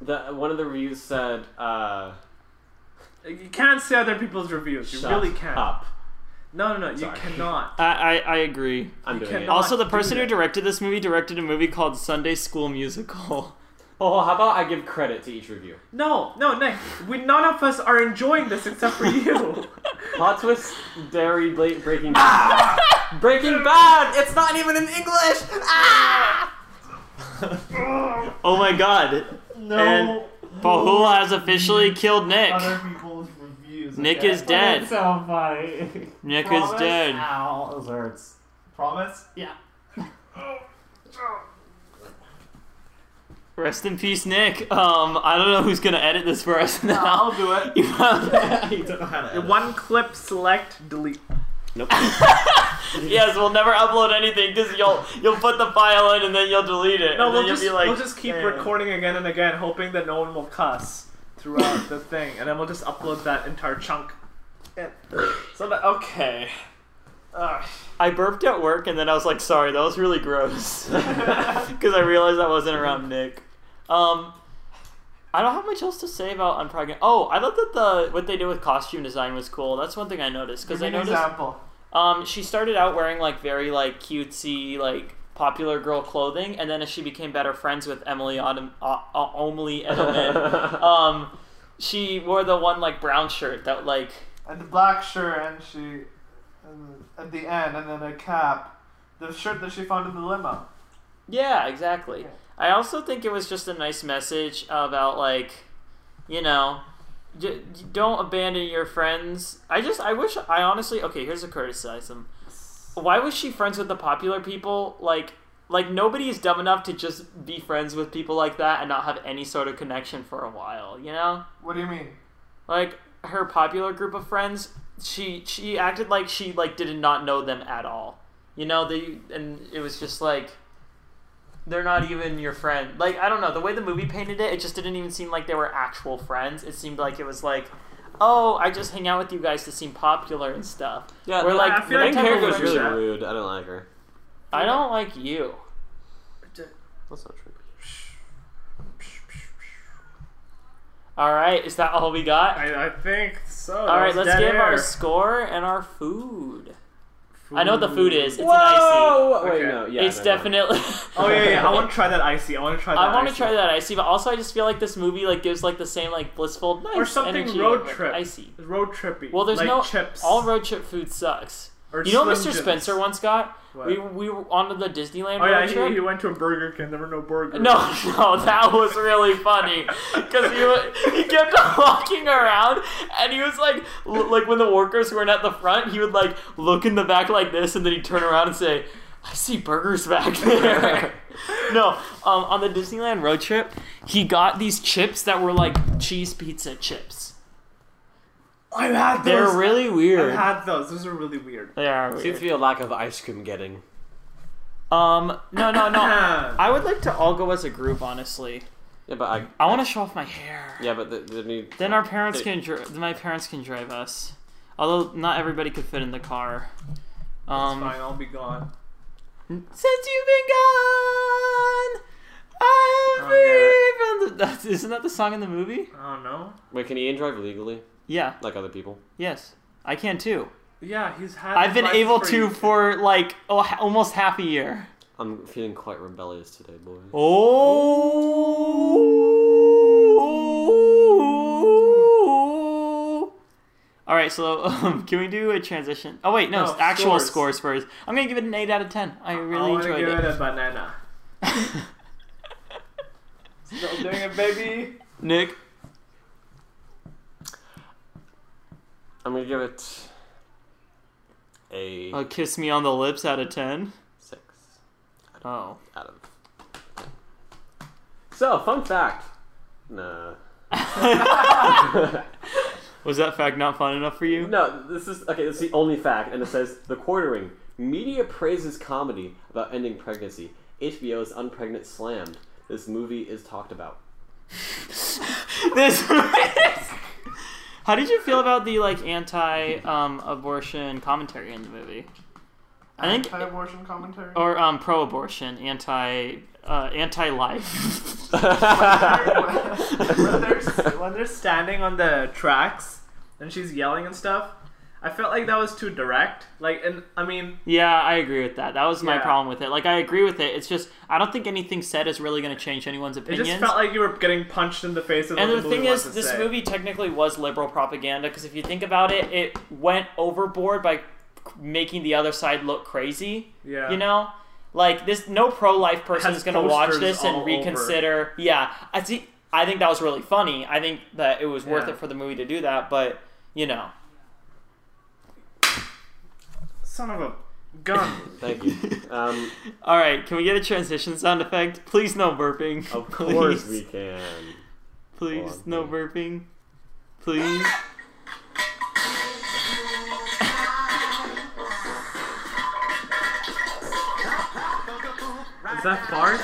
S2: the one of the reviews said, uh,
S3: You can't see other people's reviews. You
S2: shut
S3: really can't.
S2: Up.
S3: No, no, no.
S2: Sorry.
S3: You cannot.
S1: I I, I agree.
S2: I'm
S3: You
S2: doing it.
S3: cannot-
S1: Also, the
S3: do
S1: person who
S3: that.
S1: directed this movie directed a movie called Sunday School Musical. <laughs>
S2: Oh, how about I give credit to each review?
S3: No, no, Nick. We none of us are enjoying this except for you.
S2: Plot twist, dairy bla- breaking bad. breaking bad! It's not even in English! Ah!
S1: Oh my God!
S8: No
S1: And Bahula has officially killed Nick.
S8: other people's reviews.
S1: Nick
S8: okay?
S1: is dead.
S7: so funny.
S1: Nick is
S8: Promise?
S1: dead.
S7: Ow, this hurts.
S8: Promise?
S7: Yeah.
S1: Rest in peace, Nick. Um, I don't know who's gonna edit this for us <laughs> now.
S8: I'll do it.
S1: You found-
S3: <laughs>
S7: you don't know how to. edit.
S3: One clip, select, delete.
S2: <laughs> Oh,
S1: yes, we'll never upload anything because you'll you'll put the file in and then you'll delete it. and
S3: No,
S1: then
S3: we'll
S1: you'll
S3: just,
S1: be like,
S3: we'll just keep
S1: "Damn."
S3: recording again and again, hoping that no one will cuss throughout the thing, and then we'll just upload that entire chunk. Yeah. So that, okay. Ugh.
S1: I burped at work and then I was like, sorry, that was really
S3: <laughs>
S1: gross. <laughs> Because I realized that wasn't around Nick. Um, I don't have much else to say about Unpregnant. Oh, I thought that the what they did with costume design was cool. That's one thing I noticed because
S8: Give me
S1: I
S8: an
S1: noticed
S8: example.
S1: um, she started out wearing like very like cutesy like popular girl clothing, and then as she became better friends with Emily Odom, uh, Omely
S2: <laughs>
S1: Edelman,
S2: Uh,
S1: um, she wore the one like brown shirt that like
S8: And the black shirt, and she. And at the end, and then a cap. The shirt that she found in the limo.
S1: Yeah, exactly.
S8: Yeah.
S1: I also think it was just a nice message about like, you know, d- d- don't abandon your friends. I just I wish I honestly okay. Here's a criticism. Why was she friends with the popular people? Like like nobody is dumb enough to just be friends with people like that and not have any sort of connection for a while. You know,
S8: What do you mean?
S1: like her popular group of friends. She she acted like she like did not know them at all. You know they and it was just like they're not even your friend. Like I don't know the way the movie painted it, it just didn't even seem like they were actual friends. It seemed like it was like, oh, I just hang out with you guys to seem popular and stuff.
S2: yeah,
S1: We're
S2: the-
S1: like
S3: I
S2: the
S3: feel
S2: main
S1: what type of
S2: character was really
S1: friendship-
S3: friendship.
S2: rude. I don't like her.
S1: I don't like you.
S2: That's not true.
S1: All right, is that all we got?
S3: I, I think so.
S1: All right, let's give our score and our food. I know what the food is. It's an icy.
S2: Wait,
S3: Okay.
S2: no, yeah.
S1: it's
S2: no, no.
S1: definitely.
S3: Oh yeah, yeah. I
S1: <laughs>
S3: want to try that icy. I want to try that.
S1: I want to
S3: icy.
S1: try that icy, but also I just feel like this movie like gives like the same like blissful nice
S3: Or something
S1: energy
S3: road
S1: of, like,
S3: trip.
S1: icy.
S3: Road trippy.
S1: Well, there's
S3: like
S1: no
S3: chips.
S1: all road trip food sucks.
S3: or
S1: you know, what Mr.
S3: Slim Jims.
S1: Spencer once got
S3: What?
S1: we we were onto the Disneyland
S3: Oh
S1: road
S3: yeah,
S1: trip.
S3: he, he went to a Burger King. There were no burgers.
S1: No, no, that was really funny because he wa- he kept <laughs> on walking around and he was like, l- like when the workers weren't at the front, he would like look in the back like this and then he'd turn around and say, "I see burgers back <laughs> there." no, um, on the Disneyland road trip, he got these chips that were like cheese pizza chips.
S3: I've had
S1: They're
S3: those.
S1: really weird.
S3: I've had those. Those are really weird.
S1: they are
S2: Seems to
S1: weird.
S2: be a lack of ice cream getting.
S1: Um, no, no, no.
S3: Ah.
S1: I would like to all go as a group, honestly.
S2: Yeah, but I.
S1: I want to show off my hair.
S2: Yeah, but the, the new.
S1: Then our parents can dri- my parents can drive us. Although not everybody could fit in the car.
S3: It's
S1: Um,
S3: fine. I'll be gone.
S1: since you've been gone, I have
S3: Oh,
S1: been from the. <laughs> That's, isn't that the song in the movie?
S3: I don't know.
S2: Wait, can Ian drive legally
S1: Yeah.
S2: like other people?
S1: Yes. I can too.
S3: Yeah, he's had.
S1: I've been
S3: license
S1: able
S3: for
S1: to
S3: you-
S1: for like oh, ha- almost half a year.
S2: I'm feeling quite rebellious today, boy.
S1: Oh. All right, so um, can we do a transition? Oh wait, no,
S3: No,
S1: it's actual
S3: scores.
S1: scores. first. I'm gonna give it an eight out of ten. I
S3: I
S1: really
S3: wanna
S1: enjoyed
S3: give
S1: it.
S3: it a banana.
S8: Still doing it, baby.
S1: <laughs> Nick,
S2: I'm gonna give it a
S1: A uh, kiss me on the lips out of 10.
S2: six
S1: Oh.
S2: out of. So, fun fact.
S1: <laughs>
S2: Nah.
S1: Was that fact not fun enough for you? <laughs>
S2: No, this is okay. This is the only fact, and it says the quartering. Media praises comedy about ending pregnancy. HBO's Unpregnant slammed. This movie is talked
S1: <laughs>
S2: about.
S1: This. <laughs> How did you feel about the like anti um, abortion commentary in the movie? <laughs> I think
S3: Anti-abortion commentary.
S9: <laughs>
S1: or um, pro abortion, anti uh, anti life.
S3: When
S9: they're, when they're standing on the tracks and she's yelling and stuff, I felt like that was too direct. Like, and I mean,
S1: <laughs> yeah, I agree with that. That was my
S9: Yeah.
S1: problem with it. Like I agree with it. It's just I don't think anything said is really going to change anyone's
S9: it
S1: opinions.
S9: just felt like you were getting punched in the face. With
S1: and
S9: what
S1: the
S9: movie
S1: thing
S9: wants
S1: is,
S9: to
S1: this
S9: say.
S1: movie technically was liberal propaganda because if you think about it, it went overboard by making the other side look crazy.
S9: yeah,
S1: You know? Like this no pro life person
S9: has
S1: is gonna watch
S9: posters
S1: this
S9: all
S1: and
S9: over.
S1: reconsider Yeah. I see I think that was really funny. I think that it was worth
S9: Yeah.
S1: it for the movie to do that, but you know.
S9: son of a gun.
S2: Thank you. Um,
S1: Alright, can we get a transition sound effect? Please no burping. <laughs>
S2: of
S1: Please.
S2: course we can.
S1: Please,
S2: on,
S1: no
S2: please.
S1: burping. Please. <laughs>
S9: is that fart?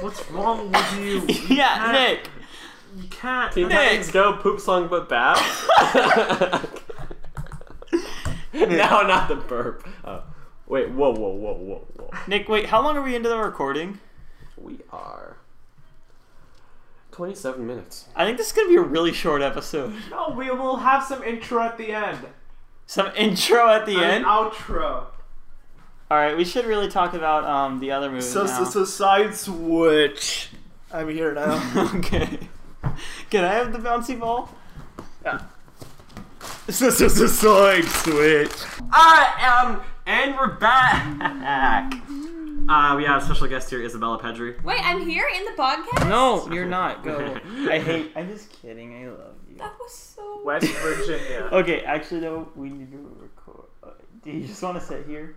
S9: What's wrong with
S1: <laughs>
S9: you? You
S1: yeah,
S9: can't-
S1: Nick.
S9: You can't.
S2: Teen Titans Go poop song
S1: <laughs>
S2: but <laughs> bap. no, not the burp. Oh. Wait, whoa, whoa, whoa, whoa, whoa.
S1: Nick, wait, how long are we into the recording?
S2: We are 27 minutes.
S1: I think this is gonna be a really short episode.
S3: no, we will have some intro at the end.
S1: Some <laughs> intro at the
S3: An
S1: end.
S3: outro.
S1: Alright, we should really talk about um the other movie. now.
S9: side switch. I'm here now.
S1: <laughs> okay. Can I have the bouncy ball?
S2: <laughs>
S9: This is just a side switch.
S2: Alright, um, and we're back! <laughs> Uh, we have a special guest here, Isabella Pedri.
S5: Wait, I'm here in the podcast?
S1: No, you're not.
S2: <laughs>
S1: Go. I hate. I'm just kidding. I love you.
S5: That was so.
S3: West
S5: <laughs>
S3: Virginia.
S1: Okay, actually though, we need to record. uh, Do you just want to sit here?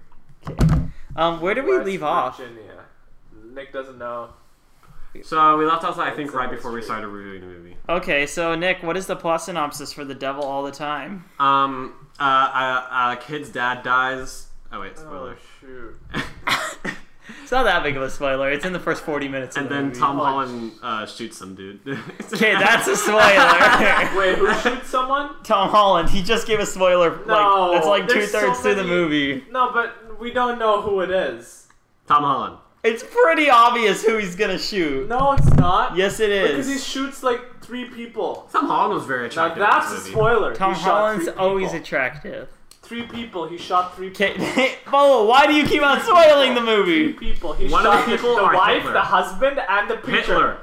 S1: Okay. Um, <laughs> where did we
S3: West
S1: leave off?
S3: Virginia. Nick doesn't know.
S2: So, we left off, I think, right before we started reviewing the movie.
S1: Okay, so Nick, what is the plot synopsis for The Devil All the Time?
S2: Um, uh, uh, uh kid's dad dies. Oh, wait,
S3: Oh
S2: spoiler.
S3: shoot.
S1: It's not that big of a spoiler. It's in the first 40 minutes. Of
S2: and
S1: the
S2: then
S1: movie.
S2: Tom Holland uh, shoots some dude.
S1: <laughs> Okay, that's a
S2: <laughs>
S1: spoiler.
S3: Wait, who shoots someone?
S1: Tom Holland. He just gave a spoiler.
S3: No,
S1: like that's like two
S3: there's so
S1: thirds through the
S3: many-
S1: movie.
S3: No, but we don't know who it is.
S2: Tom Holland.
S1: It's pretty obvious who he's gonna shoot.
S3: No, it's not.
S1: Yes, it is.
S3: Because he shoots like three people.
S2: Tom Holland was very
S3: Now
S2: attractive. in
S3: that's a
S2: this movie.
S3: spoiler.
S1: Tom
S3: he shot
S1: Holland's
S3: three
S1: always
S3: people.
S1: attractive.
S3: three people. He shot three. people.
S1: Okay, <laughs> Bolo, why do you keep on spoiling the
S3: Three
S1: movie?
S3: people. He
S2: One of
S3: shot
S2: the people
S3: the
S2: are
S3: wife,
S2: Hitler.
S3: the husband, and the preacher.
S2: Hitler.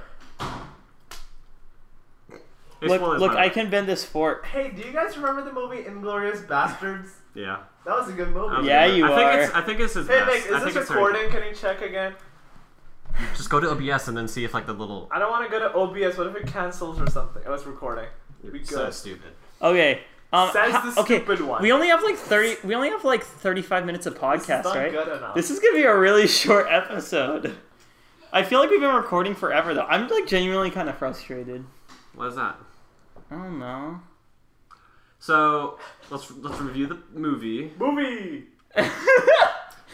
S2: They
S1: Look,
S2: spoiled his
S1: look,
S2: mother.
S1: I can bend this fort.
S3: Hey, do you guys remember the movie Inglorious Bastards?
S2: Yeah.
S3: That was a good movie.
S2: Um,
S1: Yeah, you
S2: I think
S1: are.
S2: It's, I think it's his
S3: Hey
S2: best.
S3: Nick,
S2: I
S3: is
S2: think
S3: this
S2: it's her-
S3: recording? Can you check again?
S2: Just go to OBS and then see if like the little.
S3: I don't want to go to OBS. What if it cancels or something? Oh, it's recording. We
S2: You're
S3: good.
S2: so stupid.
S1: Okay. Um,
S3: Says
S1: ho-
S3: the
S1: okay.
S3: stupid one.
S1: We only have like thirty. We only have like thirty-five minutes of podcast,
S3: it's not
S1: right?
S3: good enough.
S1: This is gonna be a really <laughs> short episode. I feel like we've been recording forever, though. I'm like genuinely kind of frustrated.
S2: What is that?
S1: I don't
S3: <laughs>
S1: know.
S2: So let's let's review the movie.
S3: movie.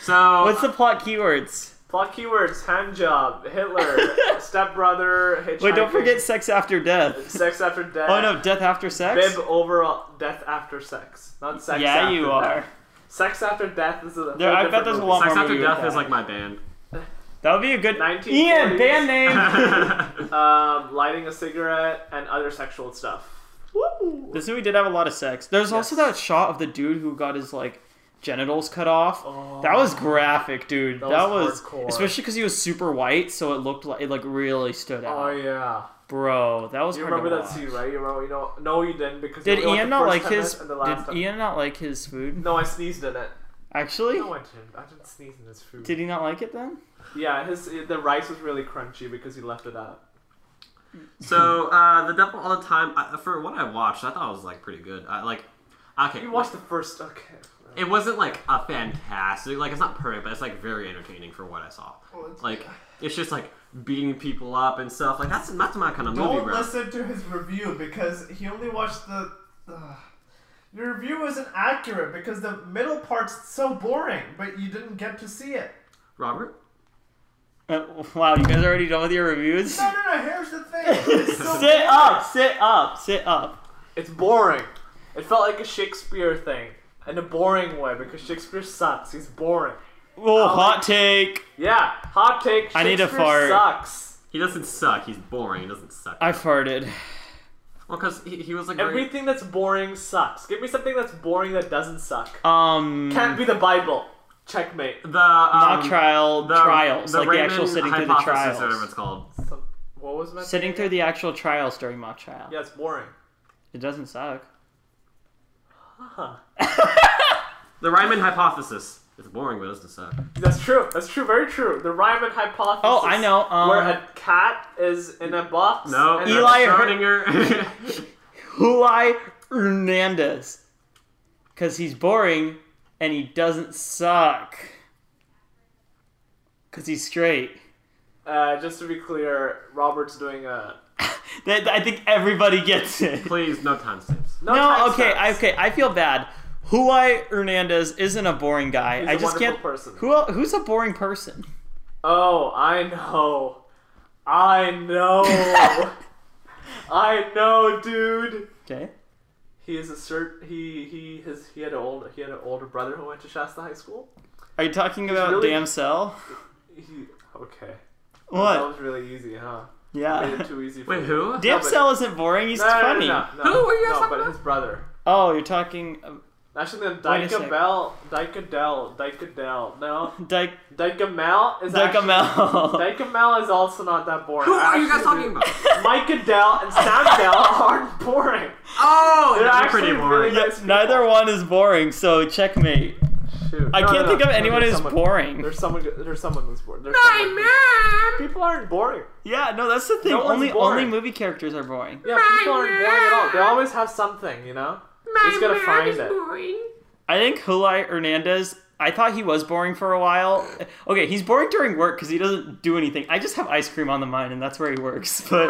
S2: So
S1: What's the plot keywords?
S3: Plot keywords: hand job, Hitler,
S1: <laughs>
S3: stepbrother, hitchhiking.
S1: Wait, don't forget sex after death.
S3: sex after death.
S1: Oh no, death after sex.
S3: Bib overall death after sex, not sex.
S1: yeah,
S3: after
S1: you
S3: death.
S1: are.
S3: Sex after death is a.
S1: There,
S3: whole
S1: I bet
S3: different
S1: there's a
S3: movie.
S1: lot
S2: Sex
S1: more
S2: After
S1: movie
S2: Death
S1: with
S2: is
S1: that.
S2: like my band. <laughs>
S1: That would be a good
S3: 1940s.
S1: Ian band name.
S3: <laughs> Um, lighting a cigarette and other sexual stuff. Woo!
S1: this movie did have a lot of sex. There's also that shot of the dude who got his like genitals cut off.
S3: Oh,
S1: Oh. that was graphic, dude. That, was,
S3: was hardcore.
S1: especially because he was super white, so it looked like it like really stood out,
S3: Oh yeah,
S1: bro. That was
S3: you
S1: hard to
S3: remember that
S1: watch.
S3: scene, right? You remember? You know, no, you didn't because
S1: Did
S3: you only watched
S1: Ian
S3: the
S1: not
S3: first
S1: like his?
S3: 10 minutes and the last
S1: Did
S3: time.
S1: Ian not like his food?
S3: No, I sneezed in it.
S1: Actually,
S3: No, I didn't. I didn't sneeze in this food.
S1: did he not like it then?
S3: Yeah, his the rice was really crunchy because he left it out.
S2: So uh, the Devil All the Time, I, for what I watched, I thought it was like pretty good. I like, okay,
S3: You watched the first. Okay.
S2: it wasn't like a fantastic, like it's not perfect, but it's like very entertaining for what I saw. Like it's just like beating people up and stuff. Like that's that's my kind of movie.
S10: Don't
S2: bro.
S10: listen to his review because he only watched the. Uh, your review isn't accurate because the middle part's so boring, but you didn't get to see it.
S2: Robert,
S1: Uh, wow, you guys are already done with your reviews?
S10: No, no, no. Here's the thing. It's
S3: <laughs>
S10: so
S1: sit
S10: boring.
S1: up, sit up, sit up.
S3: It's boring. It felt like a Shakespeare thing. In a boring way, because Shakespeare sucks. He's boring.
S1: Oh, hot take.
S3: Yeah, hot take. Shakespeare
S1: I need a fart.
S3: Sucks.
S2: he doesn't suck. He's boring. He doesn't suck.
S1: I farted.
S2: well, because he, he was like very,
S3: Everything that's boring sucks. Give me something that's boring that doesn't suck.
S1: Um,
S3: Can't be the Bible. Checkmate.
S2: the um,
S1: mock trial
S2: the,
S1: trials, like the actual
S2: Raymond
S1: sitting through the
S2: hypothesis, or whatever it's
S1: trials.
S2: called.
S3: Some, what was my
S1: Sitting through the actual trials during mock trial.
S3: Yeah, it's boring.
S1: It doesn't suck. <laughs>
S2: The Ryman hypothesis. It's boring, but it doesn't suck.
S3: That's true. That's true. Very true. The Ryman hypothesis.
S1: Oh, I know. Um,
S3: where a cat is in a box.
S2: No,
S3: and
S1: Eli
S2: that's
S1: Hur-
S2: Schrodinger. <laughs>
S1: Julai Hernandez. Because he's boring and he doesn't suck. Because he's straight.
S3: Uh, just to be clear, Robert's doing a.
S1: That, I think everybody gets it.
S2: Please, no timestamps.
S1: <laughs> No,
S3: No, time
S1: okay,
S3: stamps.
S1: I, okay, I feel bad. Julai Hernandez isn't a boring guy.
S3: He's
S1: I
S3: a
S1: just
S3: wonderful
S1: can't.
S3: person.
S1: Who el- who's a boring person?
S3: Oh, I know. I know.
S1: <laughs>
S3: I know, dude.
S1: Okay.
S3: He is a cert. He he his he had an old he had an older brother who went to Shasta High School.
S1: Are you talking about
S3: really-
S1: Damsel?
S3: He okay. That
S1: What?
S3: was really
S1: <laughs>
S3: easy, huh? Made
S1: Yeah.
S3: it too easy. For
S2: Wait,
S3: me.
S2: who?
S1: Damsel isn't boring. He's
S3: No, no, no,
S1: funny.
S3: No, no,
S2: Who were you guys
S3: No,
S2: talking
S3: but
S2: about?
S3: his brother.
S1: Oh, you're talking um,
S3: Actually, then
S1: Wait a sec.
S3: Dyka Bell, Dyka Dell, Dyka Dell. No,
S1: Dyke
S3: Dyka Mel is
S1: Dyke
S3: actually-
S1: Amel. <laughs>
S3: <laughs> Dyke Mel is also not that boring.
S2: Who are you guys
S3: Actually, <laughs>
S2: talking about?
S3: dude, Mike Adele and Sam Dell <laughs> aren't boring.
S2: Oh,
S3: They're
S2: they're
S3: actually
S2: pretty boring.
S3: really
S1: Yep, neither one is boring, so checkmate.
S3: Shoot.
S1: I
S3: No,
S1: can't
S3: no,
S1: think
S3: no.
S1: of
S3: No,
S1: anyone
S3: there's
S1: who's
S3: someone-
S1: boring.
S3: There's someone. There's someone who's boring. There's someone who's- People aren't boring.
S1: Yeah, no, that's the thing.
S3: No one's
S1: only only
S3: boring.
S1: movie characters are boring.
S3: Yeah, people aren't boring at all. They always have something, you know. you just gotta find it.
S1: I think Julai Hernandez. I thought he was boring for a while. Okay, he's boring during work because he doesn't do anything. I just have ice cream on the mind, and that's where he works. <laughs>
S3: <laughs>
S1: But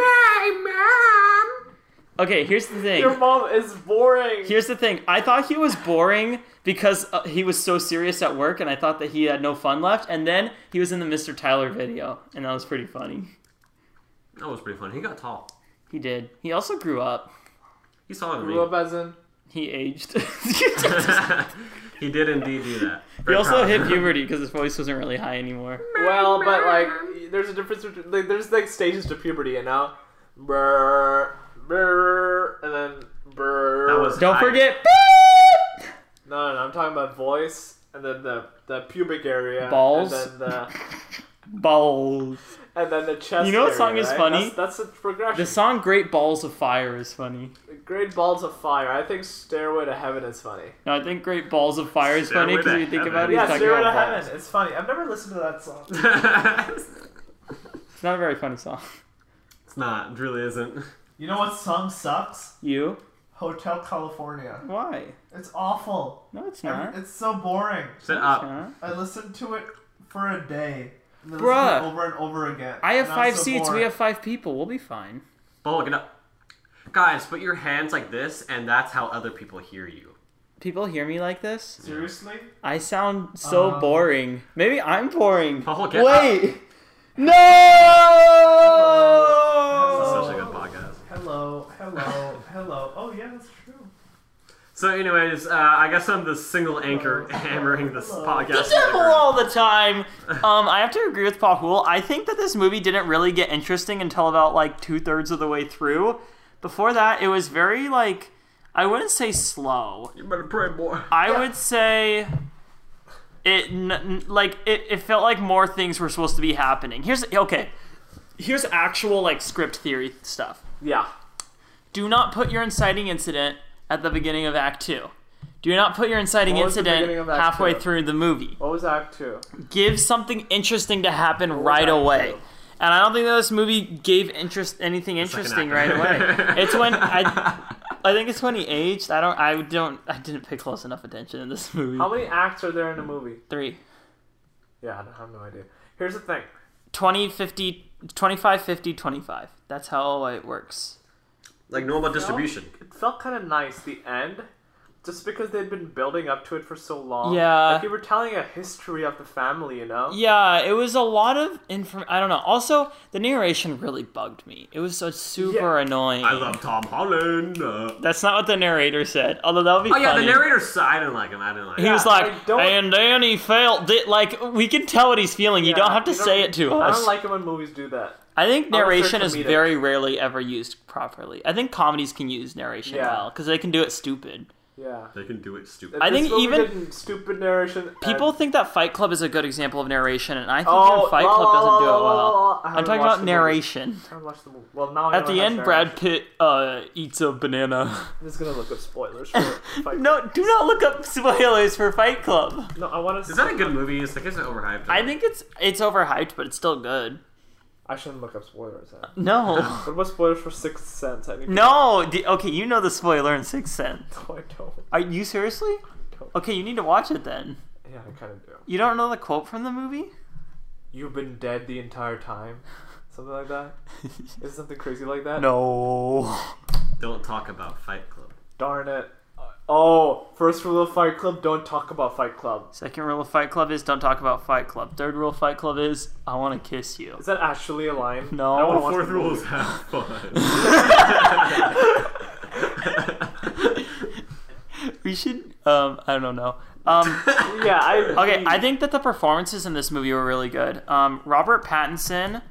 S1: okay, here's the
S3: Your <laughs>
S1: thing.
S3: mom is boring.
S1: Here's the thing. I thought he was boring because uh, he was so serious at work, and I thought that he had no fun left. And then he was in the Mr. Tyler video, and that was pretty funny.
S2: That was pretty fun. He got tall.
S1: He did. He also grew up.
S2: He's taller than
S3: Grew
S2: <laughs> me.
S3: up as in.
S1: He aged. <laughs>
S2: he did indeed do that.
S1: he
S2: Very
S1: also
S2: proud.
S1: hit puberty because his voice wasn't really high
S2: <laughs>
S1: anymore.
S3: Well, but like, there's a difference between like, there's like stages to puberty, you know. Brr, brr, and then brr.
S2: That was-
S1: Don't
S2: I-
S1: forget
S3: no, no, no. I'm talking about voice, and then the the pubic area,
S1: Balls?
S3: and then the
S1: balls.
S3: and then the chest.
S1: You know what
S3: area,
S1: song is
S3: right?
S1: funny?
S3: That's, that's the progression.
S1: The song "Great Balls of Fire" is funny.
S3: Great balls of fire. I think Stairway to Heaven is funny.
S1: No, I think "Great Balls of Fire" is funny
S2: Stairway
S1: because
S2: to
S1: you think
S2: Heaven.
S1: about it,
S3: Yeah,
S1: he's talking
S3: Stairway
S1: about
S3: to
S1: balls.
S3: Heaven.
S10: It's funny. I've never listened to that song.
S1: It's not a very funny song.
S2: <laughs>
S1: <laughs>
S2: it's not. It really isn't.
S10: You know what song sucks?
S1: You?
S10: Hotel California.
S1: Why?
S10: It's awful.
S1: No, it's
S10: Every-
S1: not.
S10: It's so boring.
S2: Shut up.
S1: Huh?
S10: I listened to it for a day. And then
S1: Bruh.
S10: listened to it over and over again.
S1: I have
S10: and I'm
S1: five
S10: so
S1: seats.
S10: bored.
S1: We have five people. We'll be fine.
S2: Bulk it up. Guys, put your hands like this, and that's how other people hear you.
S1: People hear me like this.
S10: Seriously?
S1: I sound so
S3: Uh,
S10: Um.
S1: boring. Maybe I'm boring.
S2: Paul, get
S1: Wait. No.
S2: Such a good podcast.
S10: Hello, hello, hello. Oh yeah, that's true.
S2: So, anyways, uh, I guess I'm the single
S11: <laughs>
S2: anchor hammering this podcast.
S1: devil all the time. Um, I have to agree with Pahul. I think that this movie didn't really get interesting until about like two thirds of the way through. Before that, it was very like I wouldn't say slow.
S2: You better pray, boy.
S1: I would say it n- n- like it, it felt like more things were supposed to be happening. Here's okay. Here's actual like script theory stuff.
S3: Yeah.
S1: Do not put your inciting incident at the beginning of Act Two. Do not put your inciting
S3: What was the
S1: incident
S3: beginning of Act
S1: halfway
S3: Two?
S1: through the movie
S3: What was Act Two?
S1: give something interesting to happen right away. And I don't think that this movie gave interest anything interesting right away. It's when I, I think it's when he aged. I don't. I don't. I didn't pay close enough attention in this movie.
S3: How many acts are there in a movie?
S1: Three.
S3: Yeah, I don't- I have no idea. Here's the thing.
S1: 20, 50, 25, 50, 25. That's how it works.
S11: like normal distribution.
S3: It felt kind of nice, the end, just because they'd been building up to it for so long.
S1: Yeah.
S3: Like, you were telling a history of the family, you know?
S1: Yeah, it was a lot of inform. I don't know. Also, the narration really bugged me. It was so super annoying.
S11: I love Tom Holland. uh.
S1: That's not what the narrator said. Although that would be
S11: Oh yeah,
S1: funny.
S11: the narrator. s- I didn't like him. I didn't like.
S1: he
S11: him.
S1: was
S3: I
S1: like,
S3: don't-
S1: and Danny felt it. Like we can tell what he's feeling. you
S3: Yeah,
S1: don't have to
S3: you don't-
S1: say it to
S3: I
S1: us.
S3: don't like it when movies do that.
S1: I think
S3: Unless they're
S1: narration is
S3: comedic.
S1: very rarely ever used properly. I think comedies can use narration
S3: Yeah.
S1: well because they can do it stupid.
S3: Yeah.
S11: They can do it stupid.
S1: I
S3: This
S1: think
S3: movie
S1: even-
S3: did stupid narration.
S1: People
S3: and-
S1: think that Fight Club is a good example of narration, and I think
S3: Oh,
S1: even Fight
S3: la,
S1: Club
S3: la, la,
S1: doesn't do
S3: la,
S1: it
S3: la, la,
S1: well.
S3: la. Oh, I
S1: I'm
S3: haven't
S1: talking
S3: watched
S1: about
S3: the movie.
S1: narration.
S3: I haven't watched the movie. Well, now I
S1: At
S3: know
S1: the
S3: how
S1: end,
S3: narration- <laughs>
S1: Brad Pitt uh, eats a banana.
S3: I'm just gonna look up
S1: <laughs>
S3: spoilers. For Fight Club.
S1: no, do not look up spoilers for Fight Club.
S3: no, I want to.
S11: Is that a good movie? Is like is it overhyped?
S1: I think it's it's overhyped, but it's still good.
S3: I shouldn't look up spoilers. Huh?
S1: No,
S3: What about spoilers for Sixth Sense? I need to-
S1: no. D- okay, you know the spoiler in Sixth
S3: <laughs>
S1: Sense.
S3: No, I don't.
S1: Are you seriously? Okay, you need to watch it then.
S3: Yeah, I kind of do.
S1: You don't know the quote from the movie?
S3: You've been dead the entire
S1: <laughs>
S3: time, something like that. Is it something crazy like that?
S1: No.
S11: Don't talk about Fight Club.
S3: Darn it. Oh, first rule of Fight Club: don't talk about Fight Club.
S1: Second rule of Fight Club is don't talk about Fight Club. Third rule of Fight Club is I want to kiss you.
S3: Is that actually a line?
S1: No.
S3: I don't wanna watch
S11: Fourth
S3: the
S11: rule
S3: movie.
S11: is have fun.
S1: <laughs> <laughs>
S11: <laughs>
S1: We should. Um, I don't know. Um,
S3: Yeah, I.
S1: okay, I think that the performances in this movie were really good. Um, Robert Pattinson,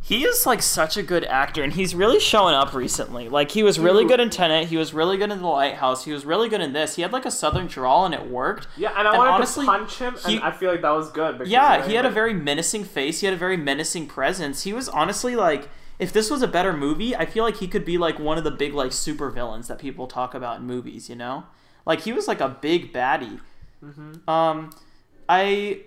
S1: he is like such a good actor, and he's really showing up recently. Like he was really good in Tenet. He was really good in The Lighthouse. He was really good in this. He had like a southern drawl, and it worked.
S3: Yeah, and I
S1: And
S3: wanted
S1: honestly,
S3: to punch him, and
S1: he-
S3: I feel like that was good. because
S1: Yeah, he
S3: I-
S1: had a very menacing face. He had a very menacing presence. He was honestly like, if this was a better movie, I feel like he could be like one of the big like super villains that people talk about in movies. You know, like he was like a big baddie. Um, I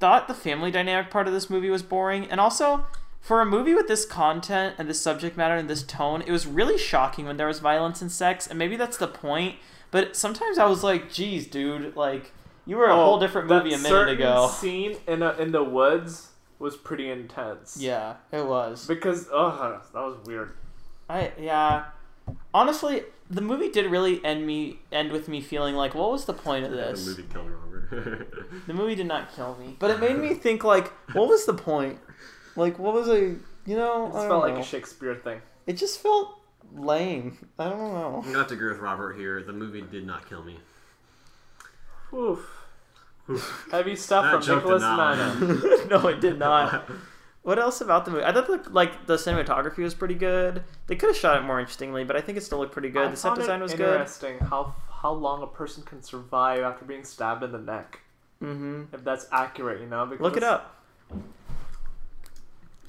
S1: thought the family dynamic part of this movie was boring, and also for a movie with this content and this subject matter and this tone, it was really shocking when there was violence and sex, and maybe that's the point. But sometimes I was like, "Geez, dude, like." You were a
S3: Oh,
S1: whole different
S3: that
S1: movie a minute
S3: certain
S1: ago.
S3: Scene in a, in the woods was pretty intense.
S1: Yeah, it was.
S3: Because ugh, that was weird.
S1: I yeah. Honestly, the movie did really end me end with me feeling like, what was the point of
S11: the
S1: this?
S11: movie killed Robert. <laughs>
S1: The movie did not kill me, but it made <laughs> me think like, what was the point? Like, what was I? You know, I
S3: It just
S1: don't
S3: felt
S1: know.
S3: like a Shakespeare thing.
S1: it just felt lame. I don't know.
S11: I'm gonna have to agree with Robert here. The movie did not kill me. <laughs>
S3: Oof. Heavy stuff
S11: That
S3: from
S11: joke did
S3: Nicholas
S11: not
S3: Nana.
S1: <laughs> no, it
S11: <laughs>
S1: did <laughs> not. What else about the movie? I thought the, like the cinematography was pretty good. They could have shot it more interestingly, but I think it still looked pretty <laughs> good. the set design was good.
S3: interesting how how long a person can survive after being stabbed in the neck.
S1: hmm
S3: If that's accurate, you know. Because
S1: Look it up.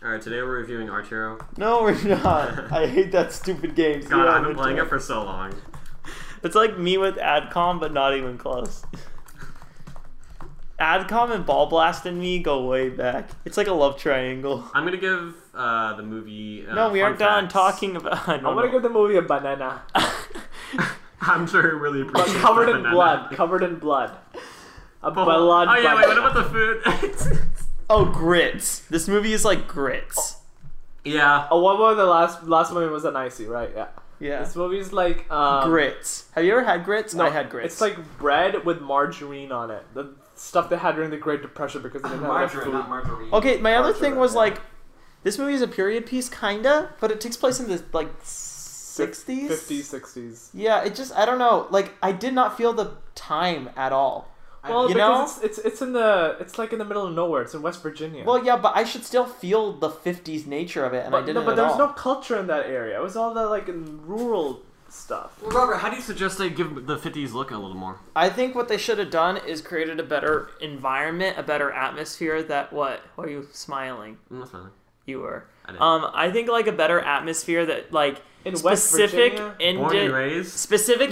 S11: All right, today we're reviewing Arturo.
S1: No, we're <laughs> not. I hate that stupid game.
S11: God,
S1: Yeah,
S11: I've
S1: we're
S11: been playing
S1: doing-
S11: it for so long.
S1: It's like me with Adcom, but not even close. Adcom and Ball Blast and me go way back. It's like a love triangle.
S11: I'm gonna give uh, the movie. Uh,
S1: No, we
S11: fun
S1: aren't done
S11: facts.
S1: talking about. I
S3: I'm
S1: don't
S3: gonna
S1: know.
S3: give the movie a banana,
S11: <laughs> I'm sure it really
S3: but
S11: appreciates
S3: covered
S11: the
S3: in
S11: banana. <laughs>
S3: blood, covered in blood. A
S11: Oh,
S3: blood.
S11: oh yeah, wait. What
S3: banana.
S11: about the food?
S1: <laughs>
S11: <laughs>
S1: Oh, grits. This movie is like grits.
S11: yeah.
S3: Oh, what about the last last movie was an icy, right? Yeah.
S1: Yeah.
S3: This movie's like um,
S1: grits. Have you ever had grits?
S3: No,
S1: I had grits.
S3: It's like bread with margarine on it. The stuff they had during the Great Depression because they didn't have enough
S7: Margarine,
S3: food.
S7: not margarine.
S1: Okay, my other
S3: Margarine,
S1: thing was
S3: yeah.
S1: like, this movie is a period piece, kinda, but it takes place in the like sixties.
S3: 50s, 60s.
S1: Yeah, it just I don't know. Like I did not feel the time at all.
S3: Well,
S1: You
S3: because it's, it's it's in the it's like in the middle of nowhere. It's in West Virginia.
S1: Well, yeah, but I should still feel the '50s nature of it, and
S3: but,
S1: I didn't
S3: no, but
S1: at
S3: there was
S1: all.
S3: no culture in that area. It was all that like in rural stuff.
S11: Well, Robert, how do you suggest they give the 50s look a little more?
S1: I think what they should have done is created a better environment, a better atmosphere. That what? Why are you smiling?
S11: Mm, That's fine.
S1: you were.
S2: I didn't.
S1: Um, I think like a better atmosphere that like
S3: In West
S1: specific
S3: Virginia?
S2: Born and
S1: indi-
S2: raised.
S3: <laughs>
S1: specific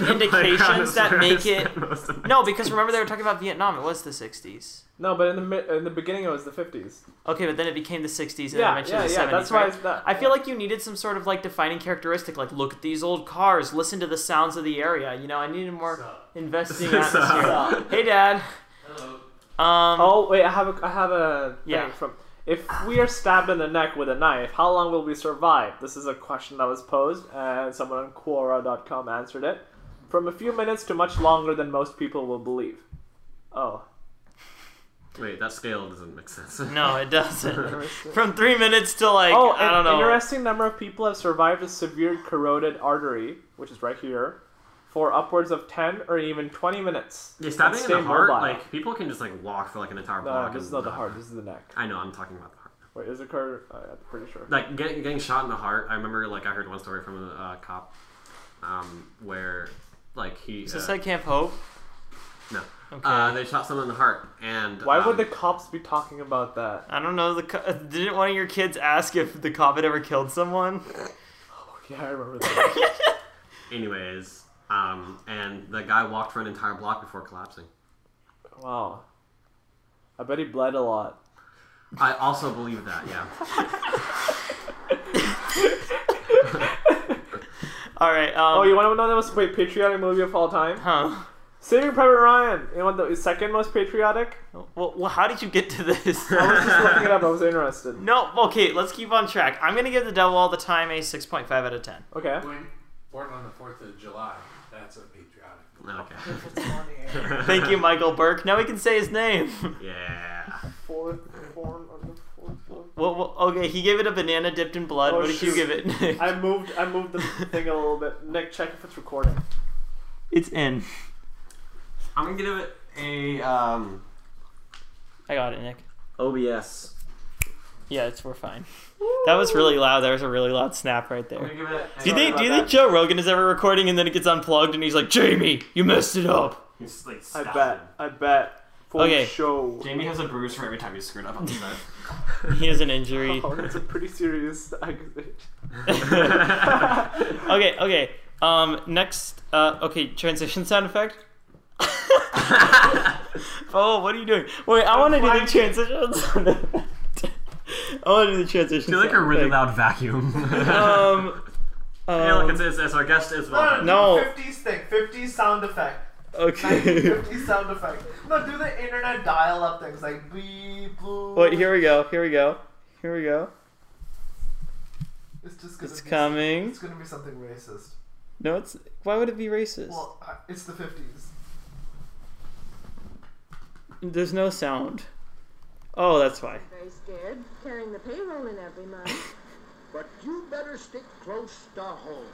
S11: <laughs>
S1: indications that make it.
S2: no.
S1: No, because remember they were talking about Vietnam. It was the '60s.
S3: No, but in the mi- in the beginning it was the 50s.
S1: Okay, but then it became the '60s and
S3: Yeah,
S1: then eventually
S3: yeah,
S1: the
S3: yeah,
S1: 70s.
S3: that's why
S1: right?
S3: it's that-
S1: I feel like you needed some sort of like defining characteristic, like look at these old cars, listen to the sounds of the area. You know, I needed more
S2: <laughs>
S1: investing
S2: Sup.
S1: atmosphere. hey, Dad. Um,
S3: Oh wait, I have a, I have a thing
S1: Yeah.
S3: from. If we are stabbed in the neck with a knife, how long will we survive? This is a question that was posed, and someone on Quora.com answered it. From a few minutes to much longer than most people will believe. Oh,
S2: Wait, that scale doesn't make sense.
S1: no, it doesn't. From three minutes to like
S3: oh,
S1: I
S3: an
S1: don't know.
S3: interesting number of people have survived a severe corroded artery, which is right here, for upwards of ten or even twenty minutes.
S2: <laughs> Yeah, stabbing
S3: and
S2: in
S3: stay
S2: the heart,
S3: mobile.
S2: like people can just like walk for like an entire
S3: no,
S2: block.
S3: this
S2: and
S3: is not the heart. This is the neck.
S2: I know, I'm talking about the heart.
S3: Wait, is it cor- uh, I'm pretty sure.
S2: Like getting getting shot in the heart. I remember like I heard one story from a uh, cop, um, where like he
S1: Is this
S2: uh,
S1: at Camp Hope?
S2: no,
S1: Okay.
S2: uh, they shot someone in the heart, and
S3: Why
S2: um,
S3: would the cops be talking about that? <laughs>
S1: I don't know. The co- didn't one of your kids ask if the cop had ever killed someone?
S3: Yeah, I remember that.
S2: anyways, um, and the guy walked for an entire block before collapsing.
S3: wow. I bet he bled a lot.
S2: I also believe that. Yeah. <laughs>
S1: All right. Um,
S3: Oh, you want to know the most wait, patriotic movie of all time?
S1: huh?
S3: Saving Private Ryan. You want the second most patriotic?
S1: Well, well, how did you get to
S3: <laughs>
S1: this?
S3: I was just looking it up. I was interested.
S1: no. Okay, let's keep on track. I'm gonna give the Devil All the Time a 6.5 out of 10.
S3: Okay.
S7: When born on the Fourth of July, that's a patriotic.
S2: okay. <laughs>
S1: Thank you, Michael Burke. Now we can say his name. <laughs>
S2: Yeah.
S3: Fourth, born on the fourth.
S1: well, well, okay, he gave it a banana dipped in blood.
S3: Oh,
S1: what did you
S3: shoot.
S1: give it? Nick?
S3: I moved. I moved the thing a little bit. Nick, check if it's recording.
S1: <laughs> it's in.
S2: I'm gonna give it a um,
S1: I got it, Nick.
S2: OBS.
S1: Yeah, it's we're fine. That was really loud. There was a really loud snap right
S2: I'm
S1: there.
S2: gonna give it. A,
S1: Do you think? Do you
S3: about
S1: think Joe Rogan is ever recording and then it gets unplugged and he's like, Jamie, you messed it up.
S2: He's, like,
S3: I
S2: stabbed
S3: bet.
S2: him.
S3: I bet. For
S1: Okay.
S3: show.
S2: Jamie has a bruise for every time he's screwed up on the set.
S1: He has an injury.
S3: Oh, that's a pretty serious <laughs> accusation.
S1: <laughs> Okay, okay. Um, next. Uh, okay, transition sound
S2: <laughs>
S1: effect. oh, what are you doing? Wait, I want to do the transition sound effect. <laughs> I want to do the transition.
S2: <laughs> Do like a
S1: sound
S2: really
S1: effect.
S2: loud vacuum. <laughs>
S1: Um.
S2: yeah, look,
S1: um,
S2: it's, it's, it's our guest as
S12: No,
S1: <laughs>
S2: well.
S1: No.
S12: no, fifties thing, fifties sound effect,
S1: <laughs> okay. <laughs>
S12: fifties sound effect. No, do the internet dial-up things like beep, bloop.
S1: Wait, here we go. Here we go. Here we go.
S12: It's just gonna
S1: It's
S12: be,
S1: coming.
S12: It's gonna be something racist.
S1: No, it's. Why would it be racist?
S12: Well, I- it's the fifties.
S1: There's no sound. Oh, that's why.
S13: Very scared, carrying the payroll in every month.
S14: But you better stick close to home.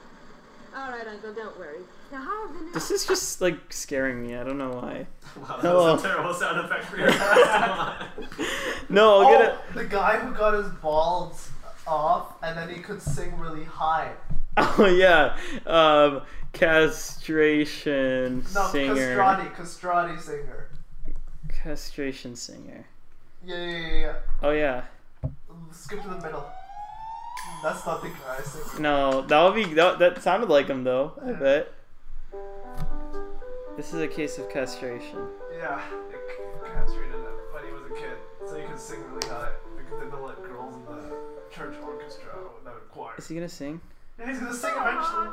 S13: All right, Uncle, don't worry. Now, how have the new...
S1: This is just like scaring me. I don't know why.
S2: Wow, that
S1: Hello.
S2: was a terrible sound effect for your guest.
S1: No, I'll get it.
S12: Oh, the guy who got his balls off and then he could sing really high.
S1: <laughs> Oh yeah, um, castration
S12: No,
S1: singer.
S12: Castrati, Castrati singer.
S1: Castration singer.
S12: Yeah, yeah, yeah, yeah.
S1: Oh yeah.
S12: Skip to the middle. That's not the guy singing.
S1: No, that would be that, that sounded like him though. I bet. This is a case of castration.
S12: Yeah, it castrated him when he was a kid, so he could sing really high. Because they don't let girls in the church orchestra or the choir.
S1: Is he gonna sing?
S12: Yeah, he's gonna sing eventually.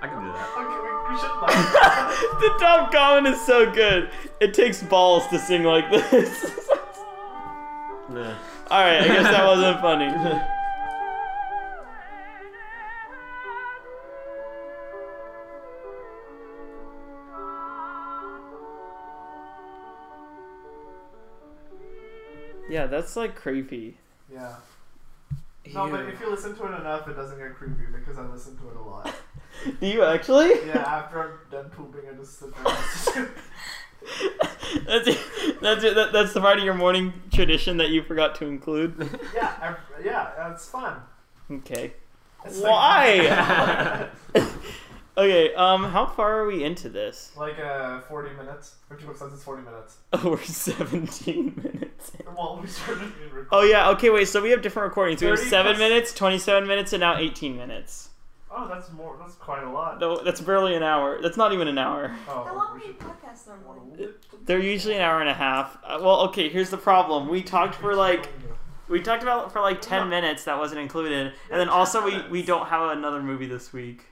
S2: I can do that.
S12: Okay, we, we should laugh.
S1: <laughs> The top comment is so good. It takes balls to sing like <laughs> this.
S2: Nah.
S1: All right, I guess <laughs> that wasn't funny. Yeah, that's like creepy.
S12: yeah. No, but if you listen to it enough, it doesn't get creepy because I listen to it a lot.
S1: Do <laughs> you actually?
S12: Yeah, after I'm done pooping, I just sit there. and listen to it.
S1: <laughs>
S3: <laughs>
S1: that's it. That's it. That, that's the part of your morning tradition that you forgot to include. <laughs>
S12: Yeah, I, yeah, it's fun.
S1: Okay.
S12: It's like-
S1: Why? Okay, um, how far are we into this? <laughs>
S3: <laughs> Like uh, 40 minutes. 50 says it's 40 minutes.
S1: Oh, we're 17 minutes. in.
S3: Well, we started in recording.
S1: Oh, yeah, okay, wait, so we have different recordings. We have
S3: 30
S1: 7
S3: plus-
S1: minutes, 27 minutes, and now 18 minutes.
S3: Oh, that's more. That's quite a lot.
S1: No, that's barely an hour. That's not even an hour.
S5: How
S3: Oh,
S5: long are you podcasts normally?
S1: They're usually an hour and a half. Uh, well, okay, here's the problem. We talked for like we talked about for like 10 minutes that wasn't included. And then also we we don't have another movie this week.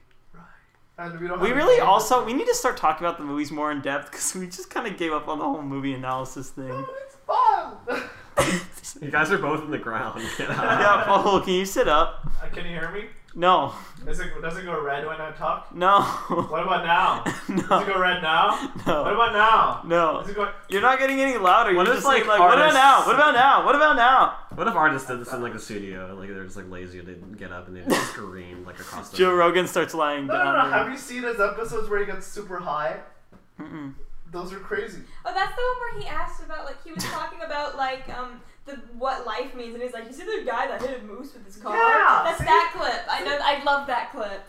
S3: and we don't.
S1: We
S3: have
S1: really
S3: any-
S1: also we need to start talking about the movies more in depth cuz we just kind of gave up on the whole movie analysis thing. <laughs>
S3: It's fun.
S2: You guys are both in the ground. <laughs> Get out.
S1: yeah, Paul, can you sit up?
S3: Uh, <laughs> Can you hear me?
S1: No.
S3: Does it does it go red when I talk?
S1: No. <laughs>
S3: What about now? Does it
S1: no.
S3: go red now?
S1: <laughs>
S3: What
S1: No.
S3: about now?
S1: No.
S3: Does it go?
S1: You're not getting any louder.
S2: What
S1: You're
S2: if,
S1: just like,
S2: like,
S1: like what about
S2: artists-
S1: now? What about now? What about now?
S2: What if artists did this in like a studio and like they're just like lazy and they didn't get up and they just screamed like across the
S1: Joe Rogan starts lying
S3: No, no,
S1: down.
S3: no.
S1: there.
S3: Have you seen those episodes where he gets super high?
S1: Mm-mm.
S3: Those are crazy.
S5: Oh, that's the one where he asked about like he was talking about like um the what life means, and he's like, you see the guy that hit a moose with his car?
S3: Yeah,
S5: that's
S3: see?
S5: that clip. I know. I love that clip.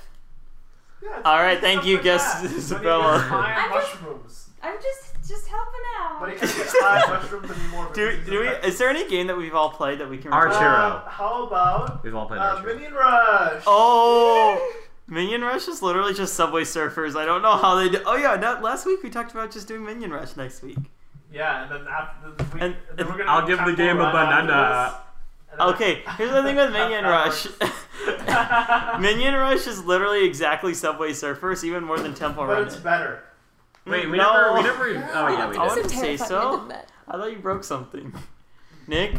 S3: Yeah, it's
S1: All right,
S3: crazy
S1: thank
S3: stuff
S1: you,
S3: like
S1: guest
S3: that. When he gets
S1: Isabella.
S3: high on
S5: I'm just-
S3: mushrooms.
S5: I'm just just helping out.
S3: But he
S15: <laughs>
S3: can't get high on mushrooms anymore.
S1: Do,
S3: because he's
S1: do we?
S3: infected.
S1: Is there any game that we've all played that we can?
S2: Arch-
S1: remember?
S2: Archero.
S3: Uh, how about
S2: We've all played
S3: uh,
S2: Archer.
S3: Minion Rush?
S1: Oh, Minion Rush is literally just Subway Surfers. I don't know how they do. Oh yeah, that, last week we talked about just doing Minion Rush next week.
S3: Yeah, and then after the week,
S1: And-
S3: then we're gonna
S2: I'll
S3: have
S2: give the
S3: Temple
S2: game a
S3: Run after
S2: banana.
S3: this, and then-
S1: Okay, here's the thing
S3: <laughs>
S1: with Minion Rush. <laughs> Minion Rush is literally exactly Subway Surfers, even more than Temple
S3: but
S1: Run.
S3: it's better.
S2: Wait, we
S1: No.
S2: never, we never. Oh yeah, we
S1: I
S2: did.
S1: wouldn't say so. I thought you broke something. Nick,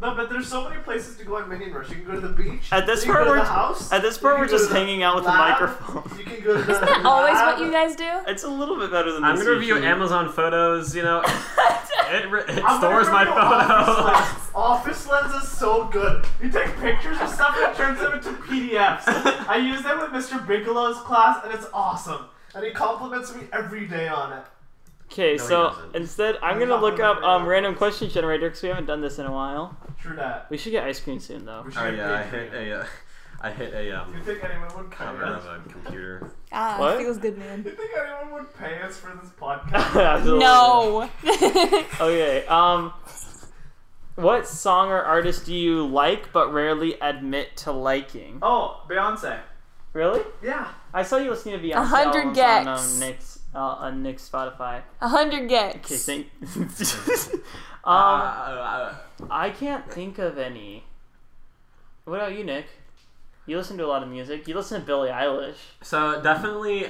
S3: No, but there's so many places to go on Minion Rush. You can go to the beach.
S1: At this
S3: you can
S1: part,
S3: go to
S1: we're-
S3: the house.
S1: at this part
S3: you
S1: we're
S3: can go
S15: <laughs>
S3: to
S1: just
S3: the
S1: hanging out with a
S3: lab,
S1: microphone. <laughs>
S3: You can
S5: <laughs>
S3: go to the.
S5: <laughs> Isn't that always
S3: lab.
S5: what you guys do? <laughs>
S1: It's a little bit better than
S2: I'm
S1: this.
S2: gonna review
S1: usually.
S2: Amazon photos. You know, it, re- it
S3: I'm gonna
S2: stores my
S3: go to Office
S2: photos.
S3: Lens. Office Lens is so good. You take pictures of stuff and it turns them into PDFs. I use them with Mr. Bigelow's class, and it's awesome. And he compliments me every day on it.
S1: Okay,
S2: No, he
S1: so
S2: doesn't.
S1: instead, I'm
S3: He's
S1: gonna
S3: not
S1: look
S3: gonna
S1: up um,
S3: remember.
S1: random question generator because we haven't done this in a while.
S3: True that.
S1: We should get ice cream soon though. <laughs>
S3: We should
S2: <laughs> Oh
S3: get
S2: yeah, I
S3: paid
S2: hit
S3: for it.
S2: a, uh, I hit a
S3: You
S2: um,
S3: think anyone would pay
S2: cover of
S3: us?
S2: a computer.
S15: Ah,
S1: What?
S15: feels good, man.
S3: You think anyone would pay us for this podcast?
S15: <laughs>
S1: Absolutely.
S15: No.
S1: Okay. Um, what song or artist do you like but rarely admit to liking?
S3: oh, Beyonce.
S1: Really?
S3: Yeah.
S1: I saw you listening to Beyonce
S15: 100
S1: albums on
S15: Gex.
S1: um, Nick's uh, on Nick's Spotify.
S15: A hundred
S1: Okay,
S15: gecks.
S1: thank. <laughs>
S2: <laughs> Uh,
S1: um,
S2: uh,
S1: I can't think of any. What about you, Nick? You listen to a lot of music. You listen to Billie Eilish.
S2: so definitely,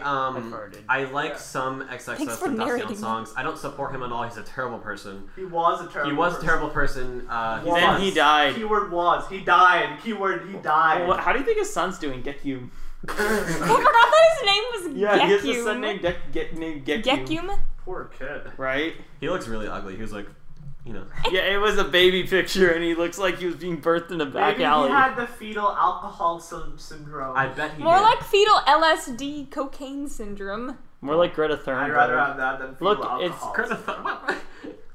S1: I
S2: um,
S1: farted.
S2: I like some
S15: Thanks
S2: XXS
S15: for narrating
S2: Tentacion
S15: that.
S2: songs. I don't support him at all. He's a terrible person.
S3: He was a terrible
S2: He was a
S3: person.
S2: terrible person. Uh, he's
S1: Then
S3: Was.
S1: he died.
S3: Keyword was. He died. Keyword, he died.
S1: What, how do you think his son's doing?
S3: <laughs>
S1: Gekyum.
S15: Oh my god, I thought his name was
S1: Yeah, he has a son
S15: Gekum.
S1: named Gek, Gek, named Gekyum.
S15: Gekum?
S3: Poor kid.
S1: Right?
S2: He looks really ugly. He was like, you know.
S1: Yeah, it was a baby picture, and he looks like he was being birthed in a back
S3: Maybe
S1: alley.
S3: he had the fetal alcohol syn- syndrome.
S2: I bet he
S15: More
S2: did. <laughs>
S15: like fetal LSD cocaine syndrome.
S1: More like Greta
S3: I'd
S1: Thunberg.
S3: rather have that than fetal
S1: Look,
S3: alcohol.
S1: it's
S2: Curtis- what?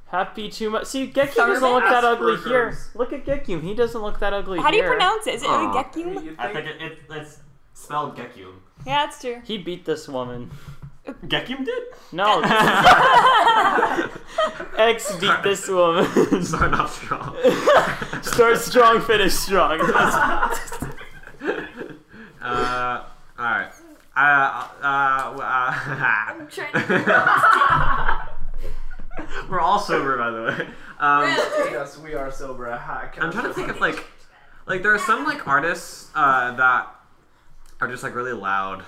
S1: Happy too much. See, Gekyum doesn't look that ugly here. Look at Gekyum. He doesn't look that ugly
S15: How do you
S1: here.
S15: pronounce it? Is it
S2: Aw.
S15: really Gekum?
S3: You
S2: I think it, it, it's spelled Gekum.
S15: Yeah, that's true.
S1: He beat this woman.
S2: Gekum
S15: <laughs>
S2: did?
S1: No, <laughs> X beat
S3: <laughs>
S1: this woman.
S2: Starting off strong.
S1: Start strong, finish <laughs> strong. That's-
S2: <laughs> uh, alright. Uh, uh, uh, <laughs>
S5: I'm trying <laughs> to.
S2: <laughs> We're all sober, by the way. Um,
S3: yes, we are sober. I can't
S2: I'm trying to think of like, like there are some like artists uh, that are just like really loud.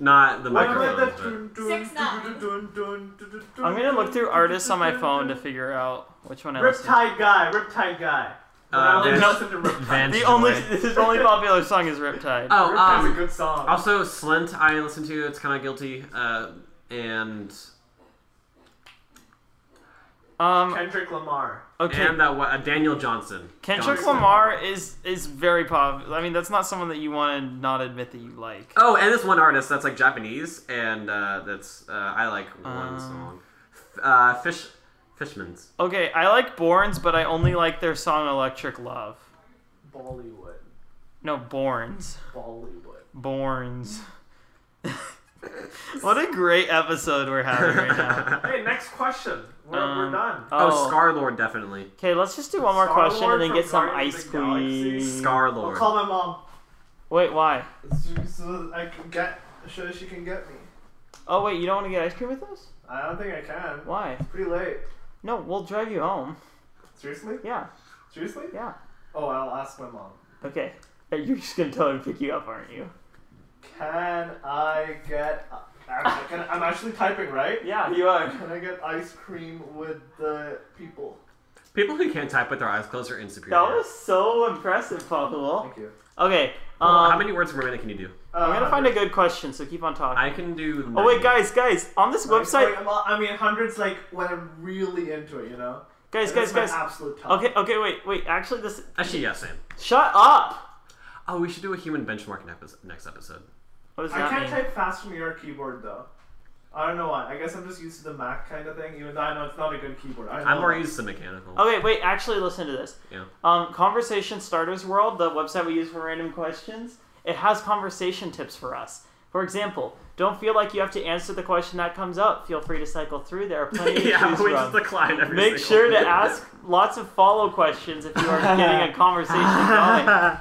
S2: Not the
S3: What about that?
S2: microphones. but-
S3: Dun, dun,
S5: Six,
S3: dun,
S5: nine.
S3: dun, dun, dun, dun, dun,
S1: I'm gonna look through artists on my
S3: dun,
S1: phone to
S3: dun,
S1: figure out which one I
S3: dun.
S1: listen to.
S3: Riptide guy. Riptide guy. When
S2: Uh,
S3: I only
S2: Vance-
S3: listened to
S2: <laughs>
S3: Riptide.
S2: Vance
S1: The only
S2: Joy.
S1: his only popular song is Riptide.
S2: Oh,
S3: Riptide's a
S2: um,
S3: good song.
S2: also Slint I listen to. It's kind of guilty. Uh, and
S1: Um,
S3: Kendrick Lamar.
S1: okay.
S2: and that uh, Daniel Johnson.
S1: Kendrick
S2: Johnson.
S1: Lamar is is very popular. I mean, that's not someone that you want to not admit that you like.
S2: Oh, and this one artist that's like Japanese, and uh, that's uh, I like one
S1: Um.
S2: song. F- Uh, Fish, Fishman's.
S1: Okay, I like Borns, but I only like their song "Electric Love."
S3: Bollywood.
S1: No, Borns.
S3: Bollywood.
S1: Borns. <laughs> What a great episode we're having right now. <laughs>
S16: Hey, next question. We're, we're
S1: Um,
S16: done.
S2: Oh, Scar Lord, definitely.
S1: Okay, let's just do one more
S16: Star-Lord
S1: question and then
S16: from
S1: get some
S16: Guardians
S1: ice
S16: of the Galaxy.
S1: cream.
S2: Scar Lord.
S3: Call my mom.
S1: Wait, why?
S3: So, so I can get. So she can get me.
S1: Oh wait, you don't want to get ice cream with us?
S3: I don't think I can.
S1: Why?
S3: It's pretty late.
S1: No, we'll drive you home.
S3: Seriously?
S1: Yeah.
S3: Seriously?
S1: Yeah.
S3: Oh, I'll ask my mom.
S1: Okay. <laughs> You're just gonna tell him to pick you up, aren't you?
S3: Can I get? I'm, can, I'm actually typing, right?
S1: Yeah, you are.
S3: Can I get ice cream with the people?
S2: People who can't type with their eyes closed are insecure.
S1: That was so impressive, Paul. Thank
S3: you. Uh,
S1: Okay. Um,
S2: Well, how many words per minute can you do?
S1: I'm gonna find a good question, so keep on talking.
S2: I can do.
S1: Oh wait, guys, guys, on this
S3: Like,
S1: website,
S3: like, I'm all- I mean, hundreds like when I'm really into it, you know.
S1: guys,
S3: Like,
S1: guys,
S3: that's my
S1: guys.
S3: Absolute top.
S1: Okay, okay, wait, wait. Actually, this.
S2: Actually, yes, Sam.
S1: Shut up.
S2: Oh, we should do a human benchmark ne- next episode.
S1: What does
S3: I
S1: that
S3: can't
S1: mean?
S3: type fast from your keyboard though. I don't know why. I guess I'm just used to the Mac kind of thing, even though I know it's not a good keyboard.
S1: Oh.
S3: I
S2: I'm
S3: know
S2: more
S3: that.
S2: used to mechanical.
S1: Okay, wait. Actually, listen to this.
S2: Yeah.
S1: Um, Conversation Starters World, the website we use for random questions, it has conversation tips for us. For example, don't feel like you have to answer the question that comes up. Feel free to cycle through. There are plenty
S2: <laughs> Yeah,
S1: to choose
S2: we
S1: from.
S2: just decline every
S1: Make
S2: single
S1: sure to
S2: one. <laughs>
S1: ask lots of follow questions if you are getting a
S3: <laughs>
S1: conversation going.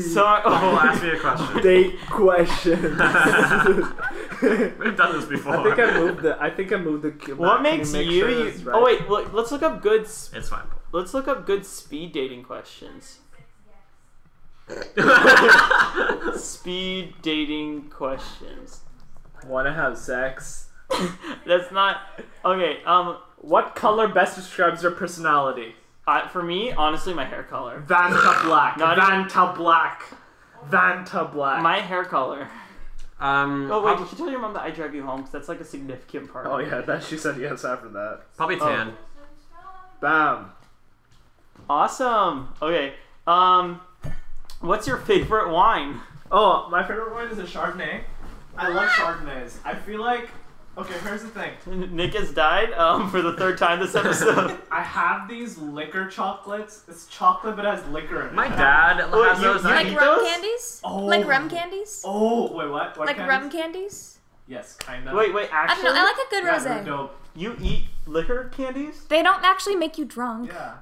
S1: So,
S2: Well, ask
S1: <laughs>
S2: me a question.
S17: Date questions.
S3: <laughs>
S2: We've done this before.
S17: I think I moved the. I think I moved the. key
S1: What
S17: back. Can
S1: makes
S17: make
S1: you?
S17: sure
S1: you
S17: it's
S1: Oh
S17: right?
S1: wait, look, let's look up good. s-
S2: <laughs>
S1: <laughs>
S2: It's fine.
S1: Let's look up good speed dating questions. speed dating questions.
S17: Want to have sex?
S1: <laughs> That's not okay. Um,
S16: What color best describes your personality?
S1: I, for me, honestly, my hair color.
S3: <sighs>
S16: Vanta black.
S1: Not even-
S16: Vanta black. Vanta black.
S1: My hair color.
S2: Um,
S1: Oh wait,
S2: prob-
S1: did you tell your mom that I drive you home? Because that's like a significant part.
S3: Oh yeah, that she said yes after that.
S2: probably
S1: Oh.
S2: tan.
S3: Bam.
S1: Awesome. Okay. Um, what's your favorite wine? <laughs>
S16: Oh,
S3: My favorite wine is a Chardonnay. I love Chardonnays. I feel like. Okay, here's the thing.
S1: Nick has died um, for the third time this <laughs> episode.
S3: I have these liquor chocolates. It's chocolate, but it has liquor in it.
S2: My dad
S1: Wait,
S2: has
S1: you-
S2: those.
S1: you
S2: I
S5: Like
S1: eat
S5: rum
S1: those?
S5: candies?
S3: Oh.
S5: Like rum candies?
S3: Oh wait, what? what
S5: like
S3: kind
S5: rum
S3: Of?
S5: candies?
S3: Yes, kind of.
S1: wait, wait.
S5: I don't
S1: Actually,
S5: know. I like a good
S3: Yeah, they're
S5: rosé.
S3: dope.
S1: you eat liquor candies?
S5: They don't actually make you drunk.
S3: Yeah.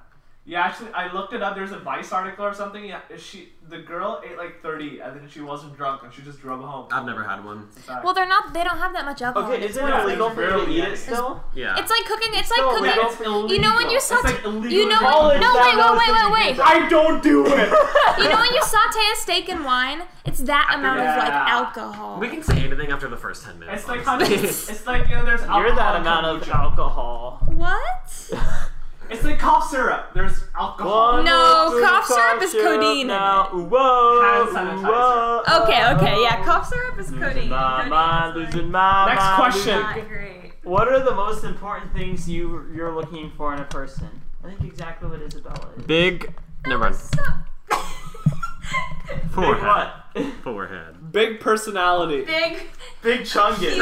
S3: Yeah, actually, I looked it up. There's a Vice article or something. Yeah, she the girl ate like 30, and then she wasn't drunk, and she just drove home.
S2: I've never had one.
S3: It's a fact.
S5: Well, they're not. They don't have that much alcohol. in
S1: Okay,
S5: it.
S1: isn't
S3: Yeah,
S1: it illegal for you to
S3: barely
S1: eat
S3: any.
S1: it still?
S2: Yeah.
S5: It's like cooking. It's like
S1: still
S5: cooking.
S1: illegal.
S5: it's- you know when you
S3: It's,
S5: saute.
S3: like, illegal
S5: you know.
S3: to
S1: College
S5: When, no,
S1: down
S5: wait,
S1: those
S5: wait,
S1: things you
S5: wait,
S1: do
S5: wait,
S1: that.
S5: wait.
S3: I don't do it.
S5: You know when you saute a steak in wine, it's that amount of like
S3: Yeah.
S5: alcohol.
S2: We can say anything after the first ten minutes.
S3: it's like
S5: <laughs>
S3: how,
S2: honestly.
S3: it's like you know, there's alcohol.
S1: You're that
S3: in
S1: amount of
S3: kombucha.
S1: alcohol.
S5: What?
S3: It's like cough syrup. There's alcohol.
S1: One
S5: No,
S1: little
S5: cough
S1: bit of
S5: syrup is codeine in
S1: Now.
S5: it.
S1: Whoa,
S3: Hand sanitizer.
S1: whoa.
S5: Okay, okay, yeah. Cough syrup is
S1: Oh. Losing
S5: codeine.
S1: my
S5: Codeine
S1: mind,
S5: is, like,
S1: losing my
S16: Next
S1: mind,
S16: question.
S1: losing-
S5: Not great.
S1: What are the most important things you you're looking for in a person? I think exactly what Isabella is.
S2: Big. Never mind.
S5: So. <laughs>
S1: Big
S2: Forehead.
S1: what?
S2: Forehead.
S16: Big personality.
S5: Big,
S1: <laughs> Big chungus.
S5: huge,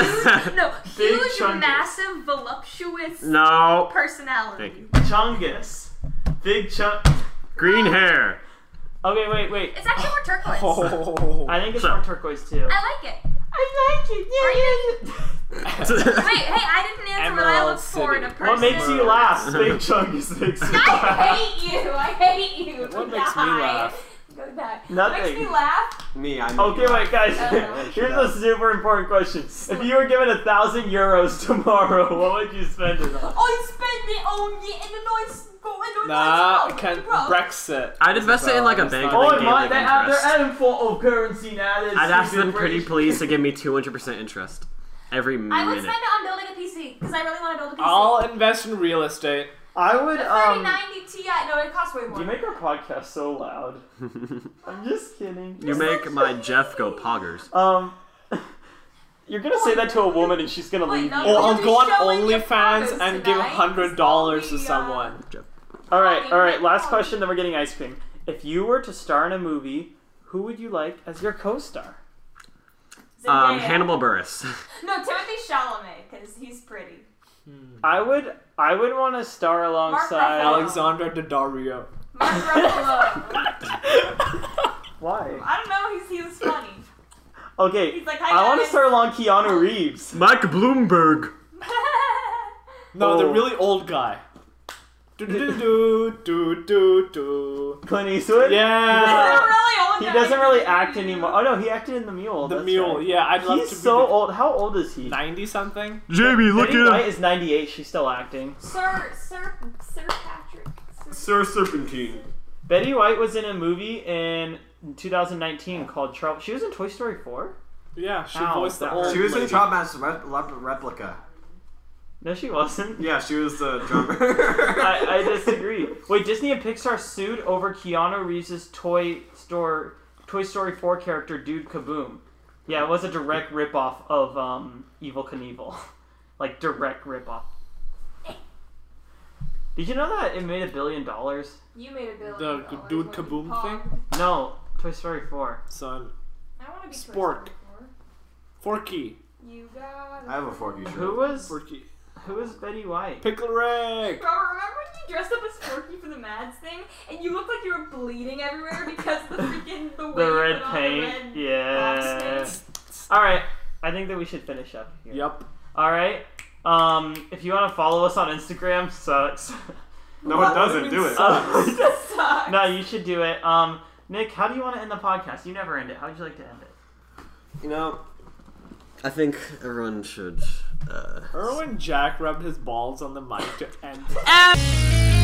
S5: no,
S1: <laughs> Big
S5: huge,
S1: chungus.
S5: massive, voluptuous
S2: No.
S5: personality.
S2: Thank you.
S1: Chungus. Big chunk.
S2: Green hair.
S1: Okay, wait, wait.
S5: It's actually more turquoise.
S2: <laughs>
S17: Oh.
S1: I <laughs> think it's
S2: So-
S1: more turquoise too.
S5: I like it.
S1: I like it. Yeah,
S5: Wait, hey, I didn't answer what I
S17: Emerald
S5: look for in a
S17: City.
S5: person.
S1: <laughs> What makes you laugh? <laughs> Big chungus makes you laugh.
S5: <laughs> I hate you. I hate you.
S17: What makes me
S5: Die.
S17: laugh?
S5: Go die.
S1: Nothing.
S5: What makes me laugh?
S18: Me, I know.
S1: Okay, wait, guys.
S5: Uh-huh.
S1: <laughs> Here's a super important question. If you were given a thousand euros tomorrow, <laughs> what would you spend it on?
S5: I Oh, spend it on you and then I s- go and
S17: Nah,
S5: I
S17: can
S5: bro.
S17: Brexit.
S2: I'd invest it in like a
S17: It's
S2: bank.
S17: not-
S1: Oh
S2: and then
S1: my!
S2: gain,
S1: They
S2: like,
S1: have
S2: interest.
S1: their M4 currency now. This
S2: I'd ask
S1: stupid
S2: them pretty
S1: British-
S2: please to give me 200% interest every minute.
S5: I would spend it on building a PC because I really want to build a PC.
S17: I'll invest in real estate.
S1: <laughs> I would
S5: the
S1: um.
S5: 3090 Ti. No, it costs way more.
S1: You make our podcast so loud. I'm just kidding.
S2: <laughs> you make my Jeff go poggers.
S1: Um, <laughs> you're gonna say that to a woman and she's gonna
S5: Wait,
S1: leave
S5: no.
S1: you.
S17: Or I'll
S5: you're
S17: go on
S5: showing your
S17: OnlyFans
S5: photos
S17: and give
S5: tonight.
S17: hundred dollars to
S5: It's
S17: someone.
S1: All right, all right. Last question. Then we're getting ice cream. If you were to star in a movie, who would you like as your co-star?
S2: Um,
S1: um,
S5: Zendaya.
S2: Hannibal Burris. <laughs>
S5: No, Timothy Chalamet because he's pretty.
S1: I would. I would want to star alongside. Um,
S5: Ruffalo.
S17: Alexandra Daddario.
S5: Mark
S1: <laughs>
S5: Ruffalo.
S1: Why?
S5: I don't know. He's he was funny.
S1: Okay,
S5: He's like, "Hi,
S1: I want to
S5: guys." <laughs>
S1: start along Keanu Reeves. <laughs>
S2: Mike Bloomberg.
S3: No, the
S1: Oh.
S3: really
S1: <laughs>
S3: old guy. Do do do do do do.
S1: Clint Eastwood?
S3: Yeah.
S1: He doesn't really act anymore. Oh no, he acted in The Mule.
S3: The
S1: that's
S3: Mule,
S1: right.
S3: yeah, I'd love
S1: He's
S3: to be
S1: so
S3: the-
S1: old. How old is he?
S3: Ninety something.
S2: Jamie, look
S1: Betty
S2: at him.
S1: White is 98. She's still acting.
S5: Sir, Sir, Sir Patrick.
S2: Sir Serpentine.
S1: Betty White was in a movie in 2019 called Trouble. She was in Toy Story 4.
S3: Yeah, she
S1: Ow,
S3: voiced the
S1: that
S3: old.
S1: hurt.
S2: She was in
S3: lady.
S2: Traubmaster's rep- rep- replica.
S1: No, she wasn't.
S2: Yeah, she was the drummer. <laughs>
S1: I, I disagree. Wait, Disney and Pixar sued over Keanu Reeves' Toy Store Toy Story 4 character Dude Kaboom. Yeah, it was a direct ripoff of um, Evil Knievel. <laughs> like direct ripoff. Did you know that it made a billion dollars?
S5: You made a billion.
S3: The
S5: dollars
S3: dude
S5: when you
S3: kaboom
S5: pogged.
S3: thing?
S1: No, Toy Story 4.
S3: Son.
S5: I want to be
S3: Spork.
S5: Toy Story four.
S3: Forky.
S5: You got.
S2: I have a forky shirt.
S1: Who was
S3: Forky.
S1: who was Betty White?
S3: Pickle Rick.
S5: Robert, remember when you dressed up as Forky for the Mads thing, and you looked like you were bleeding everywhere
S3: <laughs>
S5: because the freaking the,
S1: The red
S5: on
S1: paint.
S5: The red
S1: yeah.
S5: boxes?
S1: All right. I think that we should finish up here.
S3: Yep.
S1: All right. Um, if you want to follow us on Instagram, sucks. <laughs>
S2: No, it doesn't. Do it.
S1: Uh,
S5: Sucks.
S1: no, you should do it. Um, Nick, how do you want to end the podcast? You never end it. How would you like to end it?
S2: You know, I think everyone should. Uh,
S3: Erwin Jack rubbed his balls on the mic to end.
S19: And-